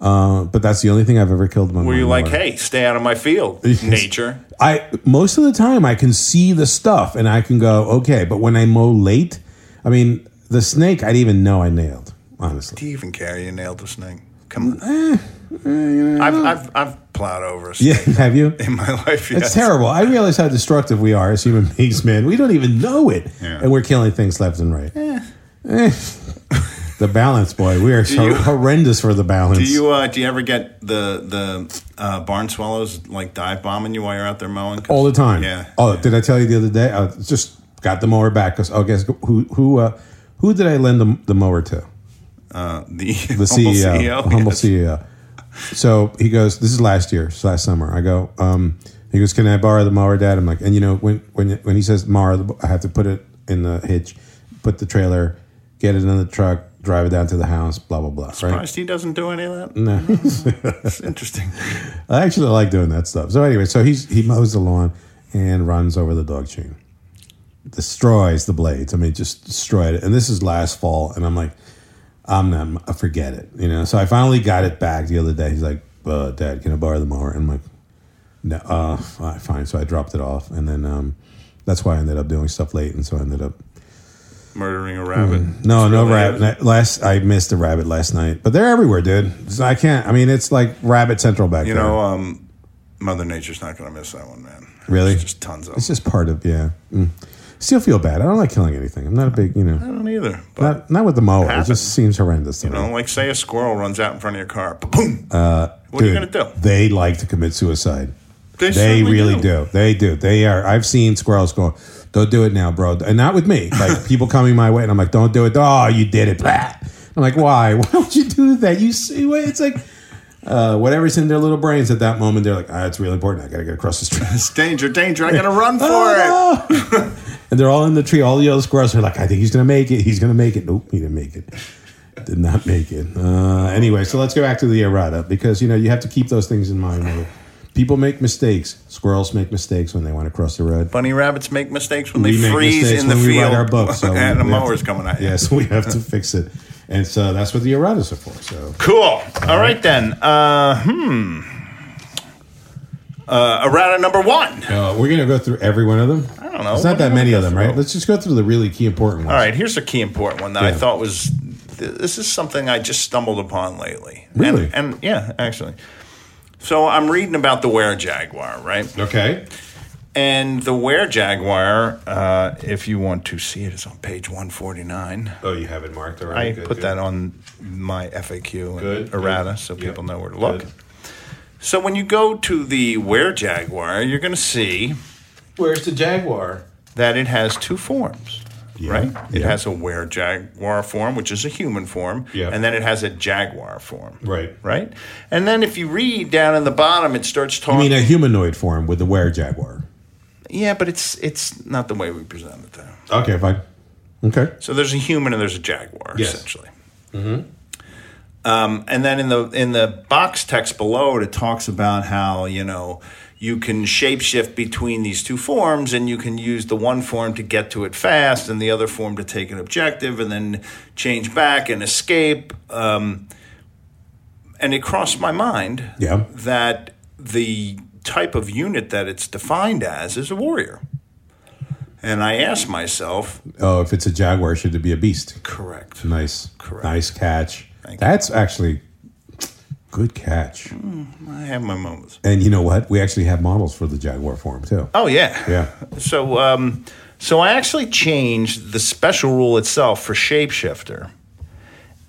Speaker 2: Uh, but that's the only thing I've ever killed. My
Speaker 1: Were you like, hey, stay out of my
Speaker 2: [laughs]
Speaker 1: field, nature?
Speaker 2: I most of the time I can see the stuff and I can go okay, but when I mow late, I mean the snake I didn't even know I nailed honestly. [laughs]
Speaker 1: Do you even care? You nailed the snake. Come
Speaker 2: Eh,
Speaker 1: on. I've, I've, I've plowed over a
Speaker 2: Yeah,
Speaker 1: snake
Speaker 2: have you?
Speaker 1: [laughs] in my life. Yes.
Speaker 2: It's terrible. I realize how destructive we are as human [laughs] beings, man. We don't even know it,
Speaker 1: Yeah.
Speaker 2: and we're killing things left and right. Eh. the balance, boy. We are so
Speaker 1: you-
Speaker 2: horrendous for the balance.
Speaker 1: Do you uh, do you ever get the the uh, barn swallows like dive bombing you while you're out there mowing? 'Cause-
Speaker 2: all the time.
Speaker 1: Yeah.
Speaker 2: Oh, did I tell you the other day? I just got the mower back because oh, guess who who uh, who did I lend the, the mower to?
Speaker 1: Uh, the
Speaker 2: the
Speaker 1: [laughs] humble E
Speaker 2: CEO, the humble E
Speaker 1: yes.
Speaker 2: CEO. So he goes, "This is last year, it's last summer." I go, um, "He goes, can I borrow the mower, Dad?" I'm like, and you know, when when when he says mower, I have to put it in the hitch, put the trailer, get it in the truck, drive it down to the house, blah blah blah. Right?
Speaker 1: Surprised he doesn't do any of that. [laughs] No, it's interesting.
Speaker 2: I actually like doing that stuff. So anyway, so he's he mows the lawn and runs over the dog chain, destroys the blades. I mean, just destroyed it. And this is last fall, and I'm like, I'm not. I forget it. You know. So I finally got it back the other day. He's like, uh, Dad, can I borrow the mower? And I'm like, No. Uh, all right, fine. So I dropped it off, and then um, that's why I ended up doing stuff late, and so I ended up
Speaker 1: Murdering a rabbit.
Speaker 2: no,
Speaker 1: It's
Speaker 2: no
Speaker 1: really-
Speaker 2: rabbit. Last I missed a rabbit last night, but they're everywhere, dude. So I can't. I mean, it's like rabbit central back
Speaker 1: You
Speaker 2: there.
Speaker 1: know, um, Mother Nature's not going to miss that one, man.
Speaker 2: Really?
Speaker 1: There's just tons of.
Speaker 2: It's
Speaker 1: Them.
Speaker 2: just part of yeah. Mm. Still feel bad. I don't like killing anything. I'm not a big you know
Speaker 1: I don't either. But
Speaker 2: not not with the mower. It
Speaker 1: happens.
Speaker 2: just seems horrendous. To
Speaker 1: you know,
Speaker 2: me.
Speaker 1: like say a squirrel runs out in front of your car, boom. Uh, what are you going
Speaker 2: Dude,
Speaker 1: to do?
Speaker 2: They like to commit suicide.
Speaker 1: They,
Speaker 2: They
Speaker 1: certainly
Speaker 2: really do. They do. They are. I've seen squirrels go, "Don't do it now, bro," and not with me.
Speaker 1: [laughs]
Speaker 2: Like people coming my way, and I'm like, "Don't do it." Oh, you did it. Blah. I'm like, why? [laughs] Why would you do that? You see, what- it's like uh, whatever's in their little brains at that moment. They're like, "Ah, it's really important. I gotta get across the [laughs] street."
Speaker 1: It's danger, danger. I got to run for it.
Speaker 2: [laughs] Oh, no. [laughs] and they're all in the tree. All the other squirrels are like, I think he's going to make it. He's going to make it. Nope, he didn't make it. Did not make it. Uh, anyway, so let's go back to the errata because, you know, you have to keep those things in mind. Mother. People make mistakes. Squirrels make mistakes when they want to cross the road. [laughs]
Speaker 1: Bunny rabbits make mistakes when they
Speaker 2: We make
Speaker 1: freeze
Speaker 2: mistakes
Speaker 1: in the
Speaker 2: when we
Speaker 1: field.
Speaker 2: write our books,
Speaker 1: [laughs]
Speaker 2: so
Speaker 1: and the
Speaker 2: we have
Speaker 1: mower's
Speaker 2: to-
Speaker 1: coming at you.
Speaker 2: Yes, we have to fix it. And so that's what the erratas are for. So
Speaker 1: Cool. All right then. Uh, hmm. Uh, errata number one.
Speaker 2: uh, we're going to go through every one of them. I
Speaker 1: don't know.
Speaker 2: It's not
Speaker 1: What do
Speaker 2: that
Speaker 1: you
Speaker 2: many of
Speaker 1: wanna go
Speaker 2: them, right?
Speaker 1: through?
Speaker 2: Let's just go through the really key important ones.
Speaker 1: All right, here's a key important one that I
Speaker 2: Yeah.
Speaker 1: thought was th- this is something I just stumbled upon lately. And-
Speaker 2: Really?
Speaker 1: And, yeah, actually. So I'm reading about the wear jaguar, right?
Speaker 2: Okay.
Speaker 1: And the wear jaguar, uh, if you want to see it, is on page 149.
Speaker 2: Oh, you have it marked already.
Speaker 1: I
Speaker 2: Good,
Speaker 1: put
Speaker 2: good.
Speaker 1: that on my FAQ
Speaker 2: Good,
Speaker 1: and
Speaker 2: good.
Speaker 1: errata so people
Speaker 2: Yep,
Speaker 1: know where to look.
Speaker 2: good.
Speaker 1: So when you go to the wear jaguar, you're going to see
Speaker 2: Where's the jaguar?
Speaker 1: that it has two forms. right? It
Speaker 2: yeah.
Speaker 1: has a were jaguar form, which is a human form,
Speaker 2: Yeah.
Speaker 1: and then it has a jaguar form,
Speaker 2: Right.
Speaker 1: Right, and then if you read down in the bottom, it starts
Speaker 2: I
Speaker 1: talking.
Speaker 2: mean, a humanoid form with the were jaguar.
Speaker 1: yeah, but it's it's not the way we present it though.
Speaker 2: Okay, fine. Okay.
Speaker 1: So there's a human and there's a jaguar
Speaker 2: Yes.
Speaker 1: essentially. Um, and then in the in the box text below it, it talks about how you know you can shapeshift between these two forms, and you can use the one form to get to it fast, and the other form to take an objective, and then change back and escape. Um, and it crossed my mind
Speaker 2: Yeah.
Speaker 1: that the type of unit that it's defined as is a warrior. And I asked myself,
Speaker 2: Oh, if it's a jaguar, should it be a beast?
Speaker 1: correct?
Speaker 2: Nice.
Speaker 1: Correct.
Speaker 2: Nice catch.
Speaker 1: Thank you.
Speaker 2: That's actually good catch.
Speaker 1: I have my moments.
Speaker 2: And you know what? We actually have models for the jaguar form too.
Speaker 1: Oh yeah.
Speaker 2: Yeah.
Speaker 1: So um, so I actually changed the special rule itself for shapeshifter.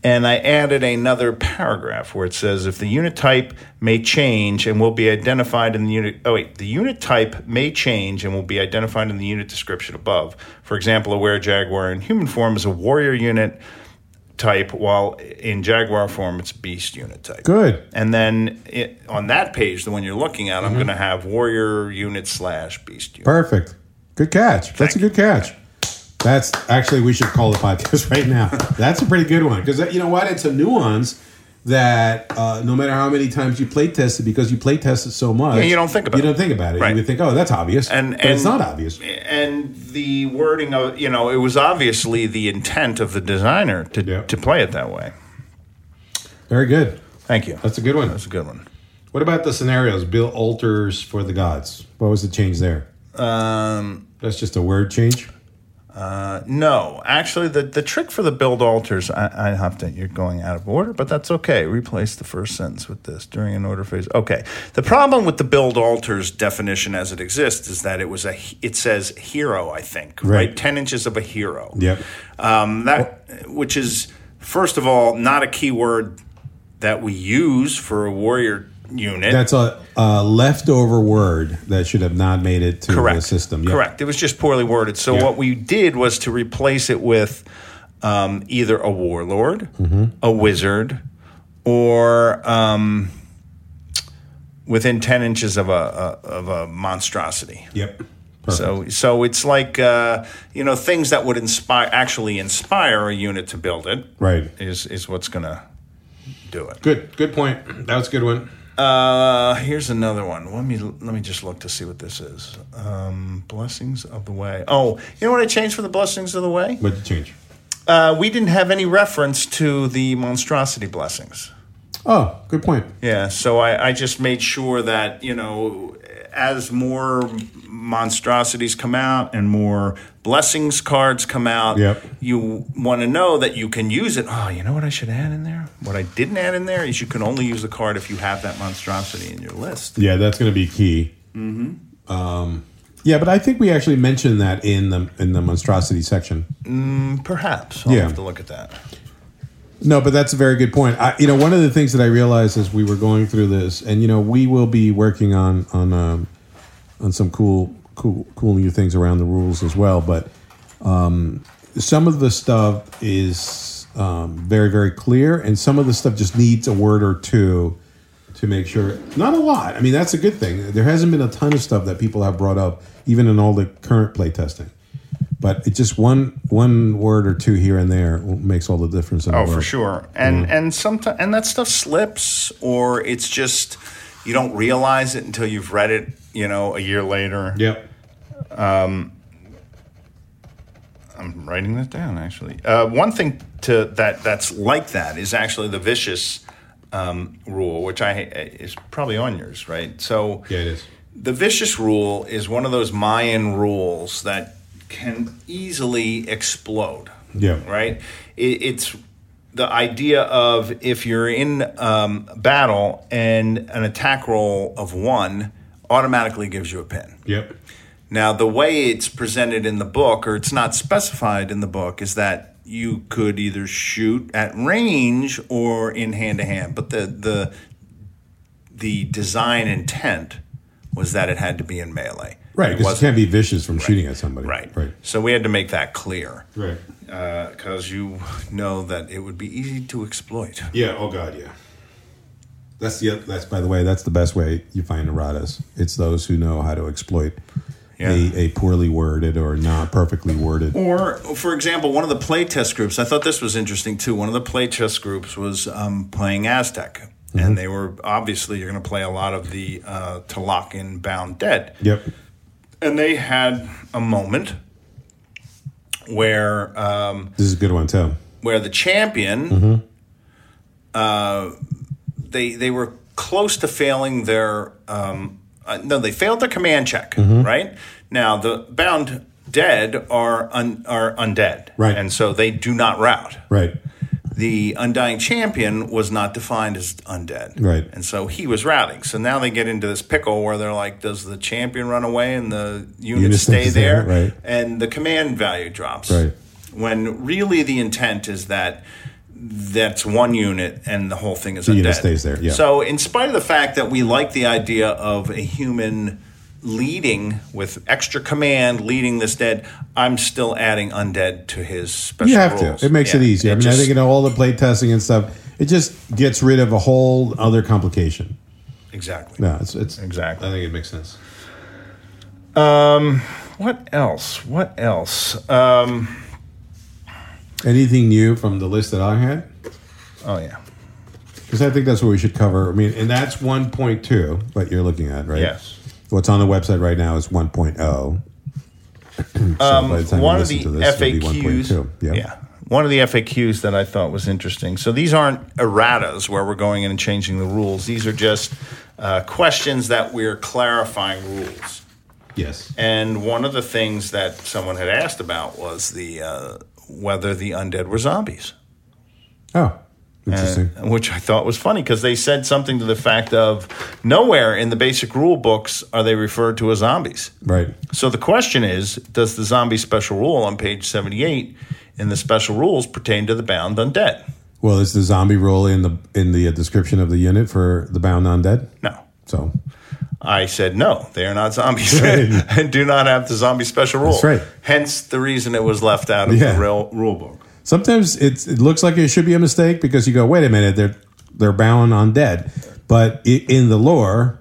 Speaker 1: And I added another paragraph where it says if the unit type may change and will be identified in the unit oh wait, the unit type may change and will be identified in the unit description above. For example, a were jaguar in human form is a warrior unit type, while in jaguar form it's beast unit type.
Speaker 2: Good.
Speaker 1: And then it, on that page, the one you're looking at, I'm
Speaker 2: Mm-hmm.
Speaker 1: going to have warrior unit slash beast unit.
Speaker 2: Perfect. Good catch. That's a good catch. That's actually we should call the podcast [laughs] right now. That's a pretty good one because you know what? It's a nuance that uh, no matter how many times you play test it, because you play test it so much,
Speaker 1: you don't think about
Speaker 2: you
Speaker 1: it.
Speaker 2: don't think about it.
Speaker 1: Right.
Speaker 2: You would think, oh, that's obvious,
Speaker 1: And-
Speaker 2: but it's
Speaker 1: and-
Speaker 2: not obvious.
Speaker 1: And the wording of, you know, it was obviously the intent of the designer to,
Speaker 2: Yeah.
Speaker 1: to play it that way.
Speaker 2: Very good.
Speaker 1: Thank you.
Speaker 2: That's a good one.
Speaker 1: That's a good one.
Speaker 2: What about the scenarios? Bill alters for the gods. What was the change there?
Speaker 1: Um,
Speaker 2: That's just a word change.
Speaker 1: uh, no, actually, the, the trick for the build alters, I, I have to, you're going out of order, but that's okay. Replace the first sentence with this during an order phase. Okay. The problem with the build alters definition as it exists is that it was a, it says hero, I think, right?
Speaker 2: Right.
Speaker 1: 10 inches of a hero.
Speaker 2: Yep.
Speaker 1: Um, that which is first of all not a keyword that we use for a warrior unit.
Speaker 2: That's a, a leftover word that should have not made it to the
Speaker 1: correct.
Speaker 2: system. Yep.
Speaker 1: Correct. It was just poorly worded. So what we did was to replace it with um, either a warlord,
Speaker 2: Mm-hmm.
Speaker 1: a wizard, or um, within ten inches of a, a of a monstrosity.
Speaker 2: Yep. Perfect.
Speaker 1: So, so it's like uh, you know things that would inspire actually inspire a unit to build it.
Speaker 2: Right.
Speaker 1: is is what's gonna do it.
Speaker 2: Good. Good point. That was a good one.
Speaker 1: Uh, here's another one. Let me let me just look to see what this is. Um, blessings of the way. Oh, you know what I changed for the blessings of the way?
Speaker 2: What'd you change?
Speaker 1: Uh, we didn't have any reference to the monstrosity blessings.
Speaker 2: Oh, good point.
Speaker 1: Yeah, so I, I just made sure that you know as more monstrosities come out and more blessings cards come out,
Speaker 2: Yep.
Speaker 1: you want to know that you can use it. Oh, you know what I should add in there? What I didn't add in there is you can only use the card if you have that monstrosity in your list.
Speaker 2: Yeah, that's going to be key. Mm-hmm. Um, yeah, but I think we actually mentioned that in the in the monstrosity section.
Speaker 1: Perhaps I'll
Speaker 2: Yeah.
Speaker 1: have to look at that.
Speaker 2: No, but that's a very good point. I, you know, one of the things that I realized as we were going through this, and you know, we will be working on on um, on some cool, cool, cool new things around the rules as well. But um, some of the stuff is um, very, very clear, and some of the stuff just needs a word or two to make sure. Not a lot. I mean, that's a good thing. There hasn't been a ton of stuff that people have brought up, even in all the current playtesting. But it just one one word or two here and there makes all the difference. In the
Speaker 1: Oh, for
Speaker 2: world.
Speaker 1: sure.
Speaker 2: Mm-hmm.
Speaker 1: And and sometimes and that stuff slips, or it's just you don't realize it until you've read it. You know, a year later.
Speaker 2: Yep.
Speaker 1: I'm writing that down actually. Uh, one thing to that that's like that is actually the vicious um, rule, which I is probably on yours, right? So
Speaker 2: Yeah, it is.
Speaker 1: the vicious rule is one of those Mayan rules that can easily explode.
Speaker 2: Yeah.
Speaker 1: Right. It, it's the idea of if you're in um, battle and an attack roll of one automatically gives you a pin.
Speaker 2: Yep.
Speaker 1: Now, the way it's presented in the book, or it's not specified in the book, is that you could either shoot at range or in hand to hand. But the the the design intent was that it had to be in melee.
Speaker 2: Right,
Speaker 1: It
Speaker 2: because you
Speaker 1: wasn't-
Speaker 2: can't be vicious from shooting at somebody.
Speaker 1: Right.
Speaker 2: Right.
Speaker 1: So we had to make that clear
Speaker 2: Right.
Speaker 1: because you know that it would be easy to exploit.
Speaker 2: Yeah. Oh God. Yeah. That's the. That's by the way. That's the best way you find erratas. It's those who know how to exploit
Speaker 1: Yeah.
Speaker 2: a, a poorly worded or not perfectly worded.
Speaker 1: Or, for example, one of the playtest groups, I thought this was interesting too. One of the playtest groups was um, playing Aztec. And they were obviously, you're going to play a lot of the uh, Tlacan Bound Dead.
Speaker 2: Yep.
Speaker 1: And they had a moment where um,
Speaker 2: This is a good one too.
Speaker 1: where the champion, uh, they they were close to failing their um, uh, no, they failed their command check. Right now, the bound dead are un, are undead,
Speaker 2: Right.
Speaker 1: and so they do not rout.
Speaker 2: Right.
Speaker 1: The undying champion was not defined as undead,
Speaker 2: Right.
Speaker 1: And so he was routing. So now they get into this pickle where they're like, does the champion run away and the unit
Speaker 2: Unit
Speaker 1: stay
Speaker 2: stays there,
Speaker 1: there?
Speaker 2: right.
Speaker 1: And the command value drops
Speaker 2: Right.
Speaker 1: when really the intent is that that's one unit and the whole thing is undead.
Speaker 2: unit stays there, yeah.
Speaker 1: So, in spite of the fact that we like the idea of a human leading with extra command leading this dead, I'm still adding undead to his special.
Speaker 2: You have
Speaker 1: rules.
Speaker 2: to. It makes it
Speaker 1: Yeah,
Speaker 2: easier. I mean, I
Speaker 1: just-
Speaker 2: think you know all the play testing and stuff. It just gets rid of a whole other complication.
Speaker 1: exactly.
Speaker 2: No, it's it's
Speaker 1: Exactly.
Speaker 2: I think it makes sense.
Speaker 1: What else? What else? Um,
Speaker 2: Anything new from the list that I had?
Speaker 1: oh yeah.
Speaker 2: Because I think that's what we should cover. I mean, and that's 1.2 what you're looking at, right?
Speaker 1: Yes.
Speaker 2: What's on the website right now is 1.0. [clears throat] so by the time you
Speaker 1: Um, one of
Speaker 2: listen
Speaker 1: the
Speaker 2: to this, it'll be
Speaker 1: FAQs.
Speaker 2: 1.2.
Speaker 1: Yeah. One of the FAQs that I thought was interesting. So these aren't erratas where we're going in and changing the rules. These are just uh, questions that we're clarifying rules.
Speaker 2: Yes.
Speaker 1: And one of the things that someone had asked about was the uh, whether the undead were zombies,
Speaker 2: Oh, interesting.
Speaker 1: which I thought was funny because they said something to the fact of nowhere in the basic rule books are they referred to as zombies.
Speaker 2: right.
Speaker 1: So the question is Does the zombie special rule on page 78 in the special rules pertain to the bound undead?
Speaker 2: Well, is the zombie rule in the in the uh, description of the unit for the bound undead?
Speaker 1: No.
Speaker 2: So
Speaker 1: I said no, they are not zombies [laughs] and do not have the zombie special rule.
Speaker 2: That's right.
Speaker 1: Hence the reason it was left out of
Speaker 2: Yeah.
Speaker 1: the real rule book.
Speaker 2: sometimes it's, it looks like it should be a mistake because you go, wait a minute, they're they're bound undead, but i in the lore,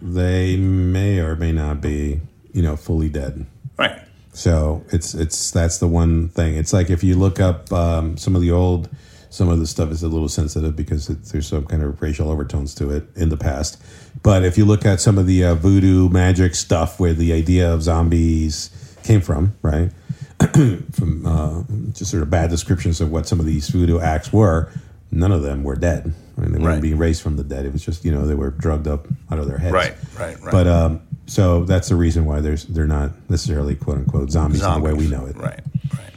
Speaker 2: they may or may not be, you know, fully dead.
Speaker 1: Right.
Speaker 2: So it's it's that's the one thing. It's like if you look up um, some of the old, some of the stuff is a little sensitive because it, there's some kind of racial overtones to it in the past. But if you look at some of the uh, voodoo magic stuff where the idea of zombies came from, right? [clears throat] from uh, just sort of bad descriptions of what some of these voodoo acts were, none of them were dead. I mean, they weren't
Speaker 1: Right.
Speaker 2: being raised from the dead. It was just you know they were drugged up out of their heads.
Speaker 1: Right, right, right.
Speaker 2: But um, so that's the reason why there's they're not necessarily quote unquote zombies, in the way we
Speaker 1: Zombies.
Speaker 2: know it.
Speaker 1: Right. Right.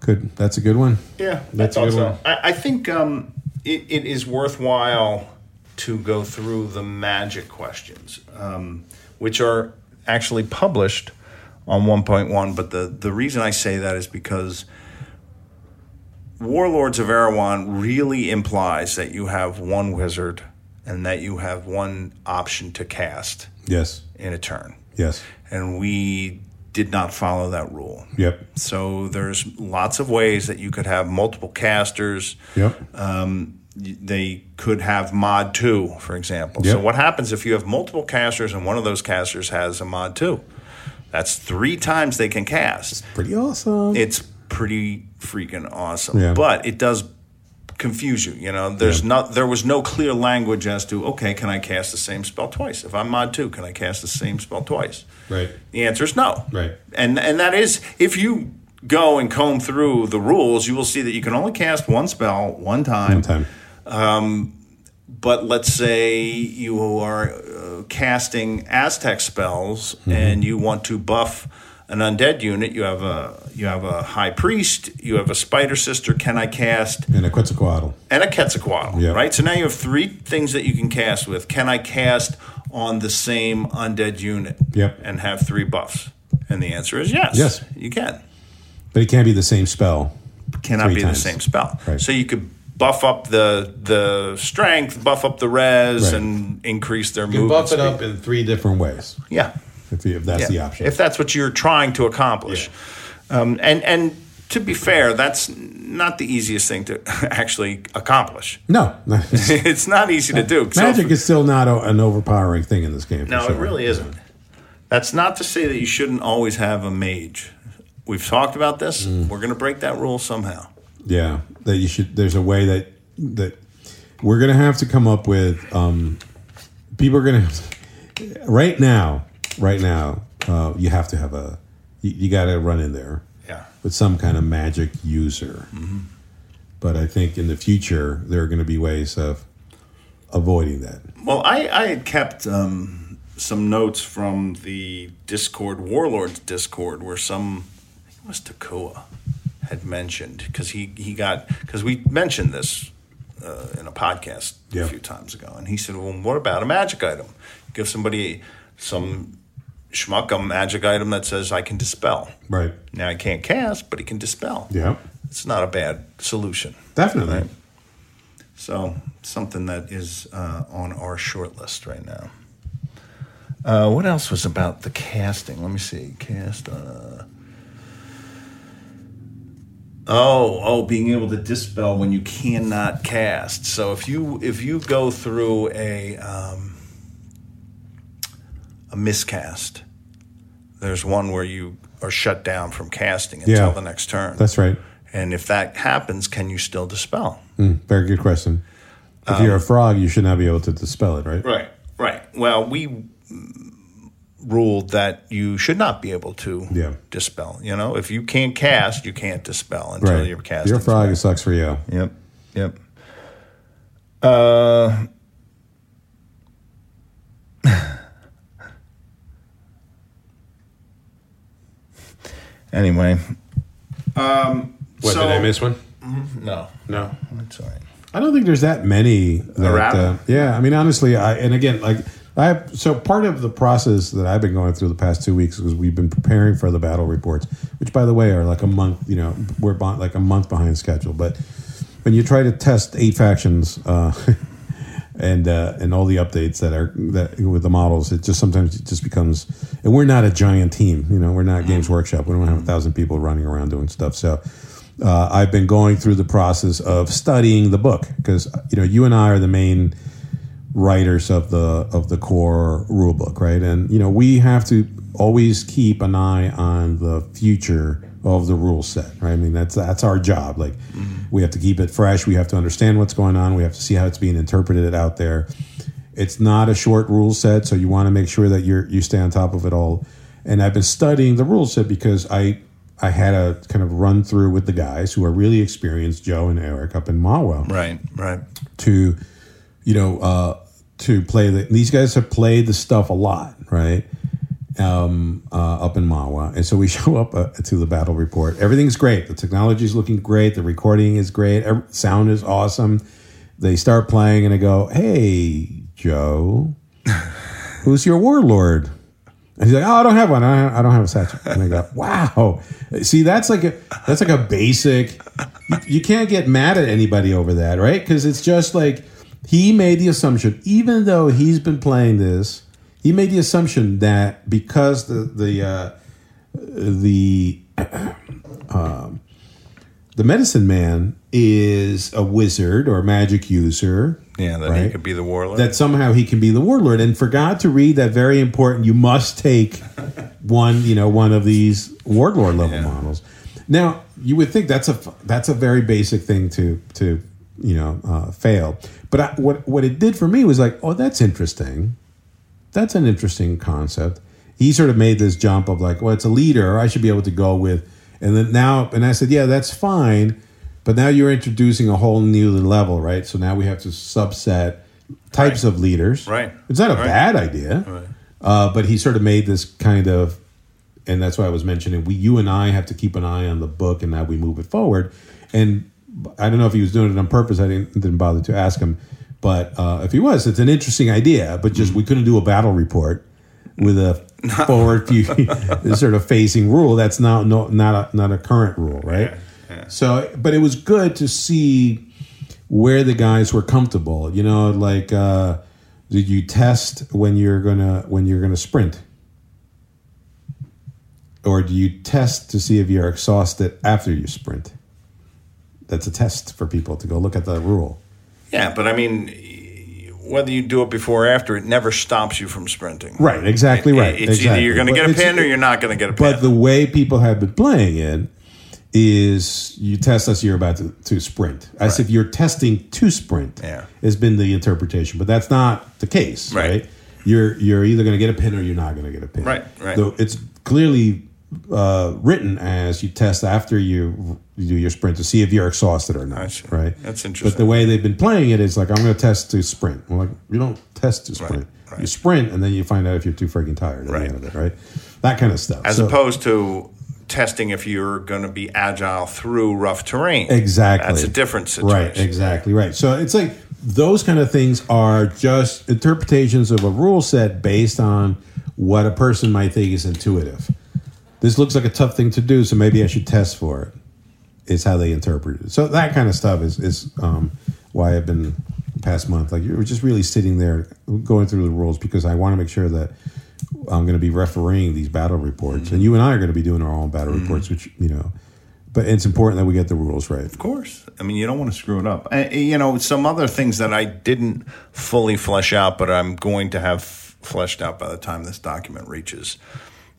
Speaker 2: Good. That's a good one.
Speaker 1: Yeah,
Speaker 2: That's a
Speaker 1: I thought
Speaker 2: good
Speaker 1: so.
Speaker 2: one.
Speaker 1: I, I think um, it, it is worthwhile to go through the magic questions, um, which are actually published on 1.1. But the, the reason I say that is because Warlords of Erewhon really implies that you have one wizard and that you have one option to cast
Speaker 2: Yes.
Speaker 1: in a turn.
Speaker 2: Yes.
Speaker 1: And we did not follow that rule.
Speaker 2: Yep.
Speaker 1: So there's lots of ways that you could have multiple casters.
Speaker 2: Yep.
Speaker 1: Um, y- they could have mod two, for example. So
Speaker 2: Yep.
Speaker 1: what happens if you have multiple casters and one of those casters has a mod two? That's three times they can cast.
Speaker 2: Pretty awesome.
Speaker 1: It's pretty freaking awesome.
Speaker 2: Yeah.
Speaker 1: But it does confuse you. You know, there's not there was no clear language as to okay, can I cast the same spell twice? If I'm mod two, can I cast the same spell twice?
Speaker 2: right.
Speaker 1: The answer is no.
Speaker 2: Right.
Speaker 1: And and that is if you go and comb through the rules, you will see that you can only cast one spell one time.
Speaker 2: One time.
Speaker 1: But let's say you are uh, casting Aztec spells
Speaker 2: Hmm.
Speaker 1: and you want to buff an undead unit. You have a you have a high priest. You have a spider sister. Can I cast
Speaker 2: And a Quetzalcoatl.
Speaker 1: and a Quetzalcoatl,
Speaker 2: Yeah.
Speaker 1: right? So now you have three things that you can cast with. Can I cast on the same undead unit?
Speaker 2: Yep.
Speaker 1: And have three buffs? And the answer is yes.
Speaker 2: Yes.
Speaker 1: you can.
Speaker 2: But it can't be the same spell.
Speaker 1: Cannot
Speaker 2: Three
Speaker 1: be
Speaker 2: times.
Speaker 1: the same spell.
Speaker 2: Right.
Speaker 1: So you could buff up the the strength, buff up the res,
Speaker 2: Right.
Speaker 1: and increase their
Speaker 2: You
Speaker 1: movement.
Speaker 2: in three different ways.
Speaker 1: speed. Yeah.
Speaker 2: if, you- if that's the
Speaker 1: Yeah,
Speaker 2: option.
Speaker 1: If that's what you're trying to accomplish. Um, and and to be fair, that's not the easiest thing to [laughs] actually accomplish. [laughs]
Speaker 2: no, [laughs]
Speaker 1: it's not easy to do. So-
Speaker 2: magic is still not a, an overpowering thing in this game. for
Speaker 1: no,
Speaker 2: sure.
Speaker 1: it really isn't. That's not to say that you shouldn't always have a mage. We've talked about this.
Speaker 2: Mm.
Speaker 1: We're going to break that rule somehow.
Speaker 2: Yeah, that you should. There's a way that that we're gonna have to come up with. Um, people are gonna have to, right now, right now. Uh, you have to have a. You, you got to run in there
Speaker 1: Yeah.
Speaker 2: with some kind of magic user. But I think in the future there are going to be ways of avoiding that.
Speaker 1: Well, I, I had kept um, some notes from the Discord, Warlords Discord, where some, I think it was Takua, had mentioned, because he, he got, because we mentioned this uh, in a podcast
Speaker 2: Yeah.
Speaker 1: a few times ago. And he said, well, what about a magic item? Give somebody some schmuck, a magic item that says, I can dispel.
Speaker 2: Right.
Speaker 1: Now I can't cast, but he can dispel.
Speaker 2: Yeah.
Speaker 1: It's not a bad solution.
Speaker 2: Definitely.
Speaker 1: Right. So something that is uh, on our short list right now. Uh, what else was about the casting? Let me see. Cast. Uh... Oh, oh, being able to dispel when you cannot cast. So if you if you go through a um, a miscast, there's one where you are shut down from casting until
Speaker 2: Yeah.
Speaker 1: the next turn.
Speaker 2: That's right.
Speaker 1: and if that happens, can you still dispel?
Speaker 2: Mm, very good question. If you're a frog, you should not be able to dispel it, Um, right?
Speaker 1: Right, right. Well, we mm, ruled that you should not be able to
Speaker 2: Yeah.
Speaker 1: dispel. You know, if you can't cast, you can't dispel until
Speaker 2: Right.
Speaker 1: you're
Speaker 2: If
Speaker 1: casting.
Speaker 2: You're a frog. It sucks for you.
Speaker 1: Yep, yep. Uh, [laughs] anyway, um,
Speaker 2: What
Speaker 1: So-
Speaker 2: miss one?
Speaker 1: no,
Speaker 2: No.
Speaker 1: it's all right.
Speaker 2: I don't think there's that many. That,
Speaker 1: Around?
Speaker 2: uh, yeah, I mean, honestly, I and again, like I have, so part of the process that I've been going through the past two weeks is we've been preparing for the battle reports, which, by the way, are like a month. You know, we're bon- like a month behind schedule. But when you try to test eight factions uh, [laughs] and uh, and all the updates that are that with the models, it just sometimes it just becomes. And we're not a giant team. You know, we're not Games Workshop. We don't have a thousand people running around doing stuff. So uh, I've been going through the process of studying the book because you know you and I are the main writers of the of the core rule book, right? And you know we have to always keep an eye on the future of the rule set, right? I mean that's that's our job. Like we have to keep it fresh. We have to understand what's going on. We have to see how it's being interpreted out there. It's not a short rule set, so you want to make sure that you're you stay on top of it all. And I've been studying the rule set because I I had a kind of run through with the guys who are really experienced, Joe and Eric up in Mawa
Speaker 1: Right, right.
Speaker 2: to you know uh, to play the, these guys have played the stuff a lot right um, uh, up in Mawa and so we [laughs] show up uh, to the battle report everything's great the technology is looking great the recording is great ev- sound is awesome they start playing and I go hey Joe who's your warlord and he's like, "Oh, I don't have one. I don't, I don't have a satchel." And I go, "Wow, see, that's like a that's like a basic. You, you can't get mad at anybody over that, right? Because it's just like he made the assumption, even though he's been playing this, he made the assumption that because the the uh, the [clears throat] um, the medicine man is a wizard or magic user,
Speaker 1: Yeah, that he
Speaker 2: Right.
Speaker 1: could be the warlord.
Speaker 2: that somehow he can be the warlord and forgot to read that very important you must take one you know one of these warlord level models now you would think that's a that's a very basic thing to to you know uh, fail but I, what what it did for me was like oh that's interesting that's an interesting concept he sort of made this jump of like well it's a leader i should be able to go with and then now and i said yeah that's fine but now you're introducing a whole new level right so now we have to subset types of leaders
Speaker 1: Right.
Speaker 2: it's not a
Speaker 1: Right.
Speaker 2: bad idea uh, but he sort of made this kind of and that's why i was mentioning we you and i have to keep an eye on the book and how we move it forward and i don't know if he was doing it on purpose i didn't, didn't bother to ask him but uh, if he was it's an interesting idea but just we couldn't do a battle report with a forward view sort of facing rule that's not no, not a, not a current rule right so but it was good to see where the guys were comfortable. You know, like uh, did you test when you're gonna when you're gonna sprint? or do you test to see if you're exhausted after you sprint? That's a test for people to go look at the rule.
Speaker 1: Yeah, but I mean, whether you do it before or after, it never stops you from sprinting.
Speaker 2: Right, exactly right.
Speaker 1: It's either you're going to
Speaker 2: But
Speaker 1: get a
Speaker 2: it's-
Speaker 1: pin or you're not going to get a pin.
Speaker 2: But the way people have been playing it is you test us, you're about to, to sprint. As if you're testing to sprint
Speaker 1: Yeah.
Speaker 2: has been the interpretation, but that's not the case,
Speaker 1: Right.
Speaker 2: right? You're you're either going to get a pin or you're not going to get a pin.
Speaker 1: Right, right.
Speaker 2: Though it's clearly uh, written as you test after you, you do your sprint to see if you're exhausted or not.
Speaker 1: see.
Speaker 2: Right.
Speaker 1: That's
Speaker 2: But the
Speaker 1: interesting.
Speaker 2: way they've been playing it is like I'm going to test to sprint. Well, like you don't test to sprint.
Speaker 1: right.
Speaker 2: You sprint and then you find out if you're too freaking tired at
Speaker 1: Right.
Speaker 2: the end of it, right? That kind of stuff.
Speaker 1: as
Speaker 2: So-
Speaker 1: opposed to testing if you're going to be agile through rough terrain.
Speaker 2: Exactly.
Speaker 1: That's a different situation.
Speaker 2: Right, exactly right. So it's like those kind of things are just interpretations of a rule set based on what a person might think is intuitive. This looks like a tough thing to do, so maybe I should test for it. Is how they interpret it. So that kind of stuff is is um, why I've been the past month like you were just really sitting there going through the rules because I want to make sure that I'm going to be refereeing these battle reports, and you and I are going to be doing our own battle reports, which you know. But it's important that we get the rules right.
Speaker 1: Of course. I mean, you don't want to screw it up. I, I- you know, some other things that I didn't fully flesh out, but I'm going to have fleshed out by the time this document reaches.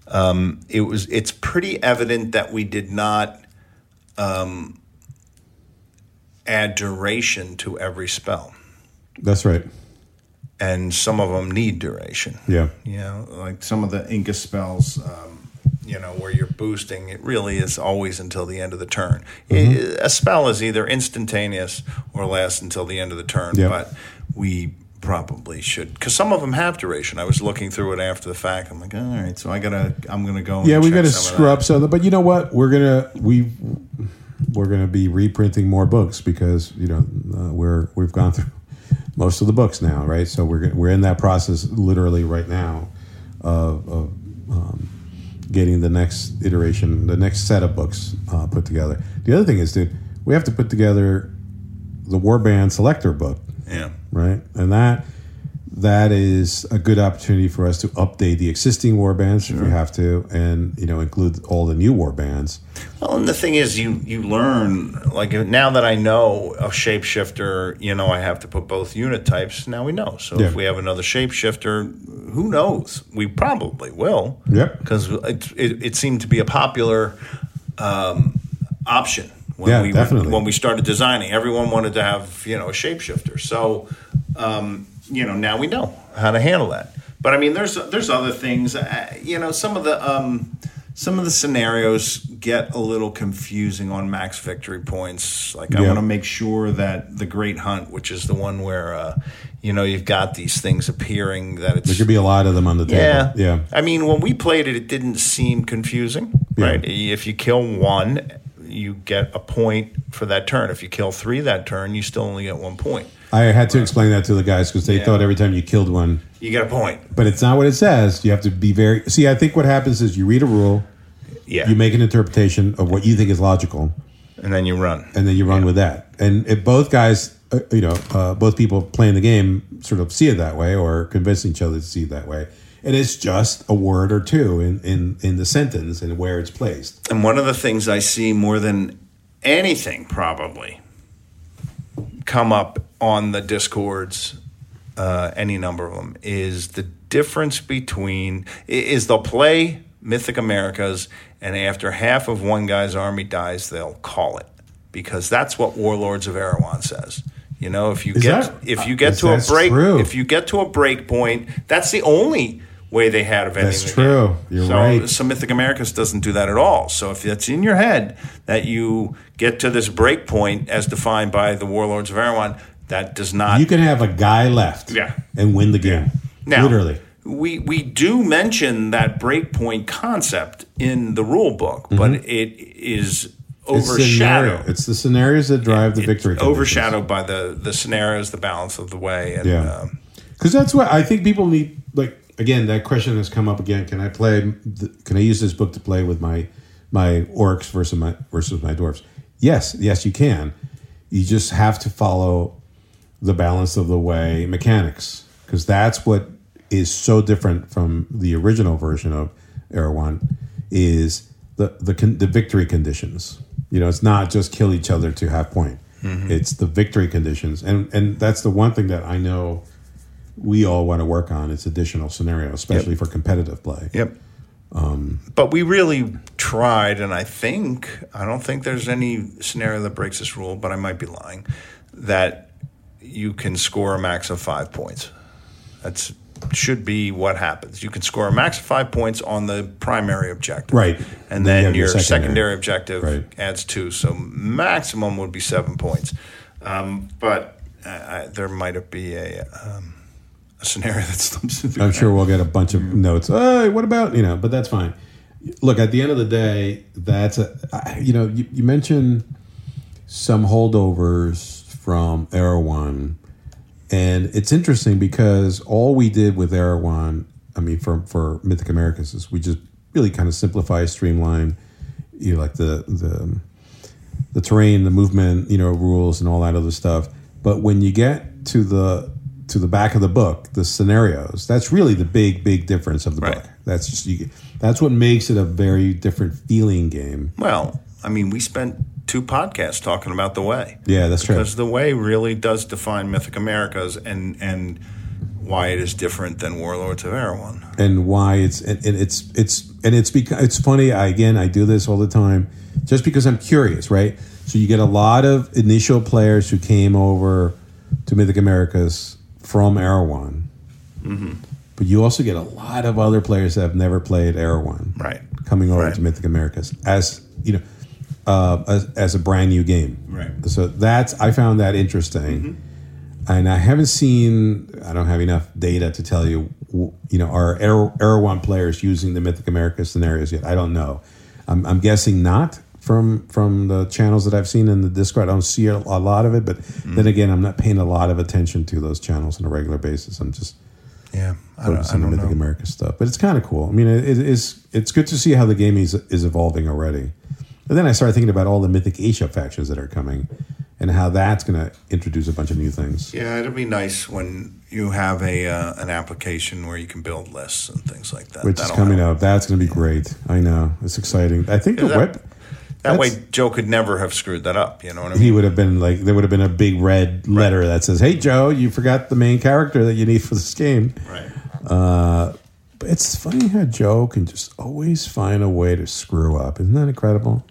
Speaker 1: Um, it was. It's pretty evident that we did not um, add duration to every spell,
Speaker 2: That's right.
Speaker 1: and some of them need duration.
Speaker 2: Yeah.
Speaker 1: You know, like some of the Inca spells, um, you know, where you're boosting, it really is always until the end of the turn. I-
Speaker 2: Mm-hmm.
Speaker 1: a spell is either instantaneous or lasts until the end of the turn,
Speaker 2: Yep.
Speaker 1: but we probably should because some of them have duration. I was looking through it after the fact. I'm like, all right, so I gotta, I'm gonna go. And
Speaker 2: Yeah, we
Speaker 1: check
Speaker 2: got to
Speaker 1: some of that."
Speaker 2: scrub some. of the- But you know what? We're gonna we we're gonna be reprinting more books because you know uh, we're we've gone through [laughs] most of the books now, right? So we're gonna, we're in that process literally right now of, of um, getting the next iteration, the next set of books uh, put together. The other thing is, dude, we have to put together the Warband Selector book
Speaker 1: Yeah,
Speaker 2: right? And that that is a good opportunity for us to update the existing war bands if we have to, and you know include all the new war bands.
Speaker 1: Well, and the thing is, you you learn like now that I know a shapeshifter, you know I have to put both unit types. Now we know. So
Speaker 2: Yeah.
Speaker 1: if we have another shapeshifter, who knows? We probably will.
Speaker 2: Yep.
Speaker 1: Because it, it it seemed to be a popular um, option when
Speaker 2: Yeah,
Speaker 1: we
Speaker 2: definitely.
Speaker 1: when we started designing. Everyone wanted to have you know a shapeshifter. So um, you know now we know how to handle that. But I mean, there's there's other things. Uh, you know, some of the um, some of the scenarios get a little confusing on max victory points. Like I
Speaker 2: Yeah.
Speaker 1: want to make sure that the Great Hunt, which is the one where uh, you know you've got these things appearing, that it's
Speaker 2: There could be a lot of them on the
Speaker 1: yeah.
Speaker 2: table. Yeah,
Speaker 1: I mean, when we played it, it didn't seem confusing,
Speaker 2: Yeah.
Speaker 1: right? If you kill one, you get a point for that turn. If you kill three that turn, you still only get one point.
Speaker 2: I had to explain that to the guys because they
Speaker 1: Yeah.
Speaker 2: thought every time you killed one,
Speaker 1: You get a point.
Speaker 2: but it's not what it says. You have to be very. See, I think what happens is you read a rule,
Speaker 1: Yeah.
Speaker 2: you make an interpretation of what you think is logical,
Speaker 1: and then you run.
Speaker 2: and then you run with that. And if both guys, uh, you know, uh, both people playing the game sort of see it that way or convince each other to see it that way. And it's just a word or two in, in, in the sentence and where it's placed.
Speaker 1: And one of the things I see more than anything probably come up on the discords, uh, any number of them, is the difference between i- is they'll play Mythic Americas, and after half of one guy's army dies, they'll call it because that's what Warlords of Erewhon says. You know, if you
Speaker 2: Is
Speaker 1: get
Speaker 2: that-
Speaker 1: if you get
Speaker 2: is
Speaker 1: to a
Speaker 2: that
Speaker 1: break,
Speaker 2: true?
Speaker 1: if you get to a break point, that's the only way they had of ending.
Speaker 2: That's
Speaker 1: the game
Speaker 2: true. You're
Speaker 1: so,
Speaker 2: right.
Speaker 1: so Mythic Americas doesn't do that at all. So if that's in your head that you get to this break point as defined by the Warlords of Erewhon, that does not.
Speaker 2: You can have a guy left
Speaker 1: Yeah.
Speaker 2: and win the game.
Speaker 1: Now,
Speaker 2: Literally.
Speaker 1: We we do mention that breakpoint concept in the rule book, but it is
Speaker 2: Mm-hmm. It's, the scenario.
Speaker 1: overshadowed.
Speaker 2: it's the scenarios that drive the victory.
Speaker 1: Overshadowed by the, the scenarios, the balance of the way, and
Speaker 2: Yeah.
Speaker 1: um,
Speaker 2: Because that's what I think people need. Like again, that question has come up again. Can I play? th- Can I use this book to play with my my orcs versus my versus my dwarves? Yes, yes, you can. You just have to follow the balance of the way mechanics because that's what is so different from the original version of Erewhon is the the con- the victory conditions. You know, it's not just kill each other to half point. It's the victory conditions, and and that's the one thing that I know we all want to work on. It's additional scenario, especially for competitive play.
Speaker 1: Yep. Um, but we really tried, and I think I don't think there's any scenario that breaks this rule, but I might be lying. That you can score a max of five points. That's should be what happens. You can score a max of five points on the primary objective,
Speaker 2: Right.
Speaker 1: And
Speaker 2: Then you
Speaker 1: then
Speaker 2: have
Speaker 1: your
Speaker 2: your
Speaker 1: secondary,
Speaker 2: secondary
Speaker 1: objective
Speaker 2: Right.
Speaker 1: adds two, so maximum would be seven points. Um, but I, I, there might be a, um, a scenario [laughs] that slips through.
Speaker 2: I'm sure we'll get a bunch of notes. Hey, what about you know? But that's fine. Look, at the end of the day, that's a I- you know you, you mentioned some holdovers from Era One, and it's interesting because all we did with Era One, I mean, for for Mythic Americas, is we just really kind of simplify, streamline, you know, like the the the terrain, the movement, you know, rules and all that other stuff. But when you get to the to the back of the book, the scenarios, that's really the big, big difference of the
Speaker 1: Right.
Speaker 2: book. That's just you, that's what makes it a very different feeling game.
Speaker 1: Well, I mean, we spent two podcasts talking about the way
Speaker 2: Yeah, that's true.
Speaker 1: because the way really does define Mythic Americas and and why it is different than Warlords of Erewhon.
Speaker 2: and why it's and, and it's it's and it's because it's funny. I again I do this all the time, just because I'm curious, right? So you get a lot of initial players who came over to Mythic Americas from Erewhon, but you also get a lot of other players that have never played Erewhon,
Speaker 1: Right.
Speaker 2: Coming over
Speaker 1: Right.
Speaker 2: to Mythic Americas as you know, uh, as, as a brand new game,
Speaker 1: Right. Mm-hmm.
Speaker 2: So that's I found that interesting and I haven't seen. I don't have enough data to tell you. w- You know, are Air- Erewhon players using the Mythic America scenarios yet? I don't know. I'm, I'm guessing not from from the channels that I've seen in the Discord. I don't see a, a lot of it, but
Speaker 1: Mm.
Speaker 2: then again, I'm not paying a lot of attention to those channels on a regular basis. I'm just
Speaker 1: Yeah, Uh, I don't, I
Speaker 2: focusing on
Speaker 1: don't
Speaker 2: Mythic
Speaker 1: know.
Speaker 2: America stuff. But it's kind of cool. I mean, it, it is it's good to see how the game is is evolving already. And then I started thinking about all the Mythic Asia factions that are coming, and how that's going to introduce a bunch of new things.
Speaker 1: Yeah, it'd be nice when you have a uh, an application where you can build lists and things like that.
Speaker 2: which is
Speaker 1: That'll
Speaker 2: coming
Speaker 1: help.
Speaker 2: up. That's going to be great. I know it's exciting. I think the
Speaker 1: that-
Speaker 2: web
Speaker 1: That
Speaker 2: that's-
Speaker 1: way, Joe could never have screwed that up. You know what I mean?
Speaker 2: he would have been like there would have been a big red letter that says, "Hey Joe, you forgot the main character that you need for this game."
Speaker 1: Right.
Speaker 2: But it's funny how Joe can just always find a way to screw up. Isn't that incredible?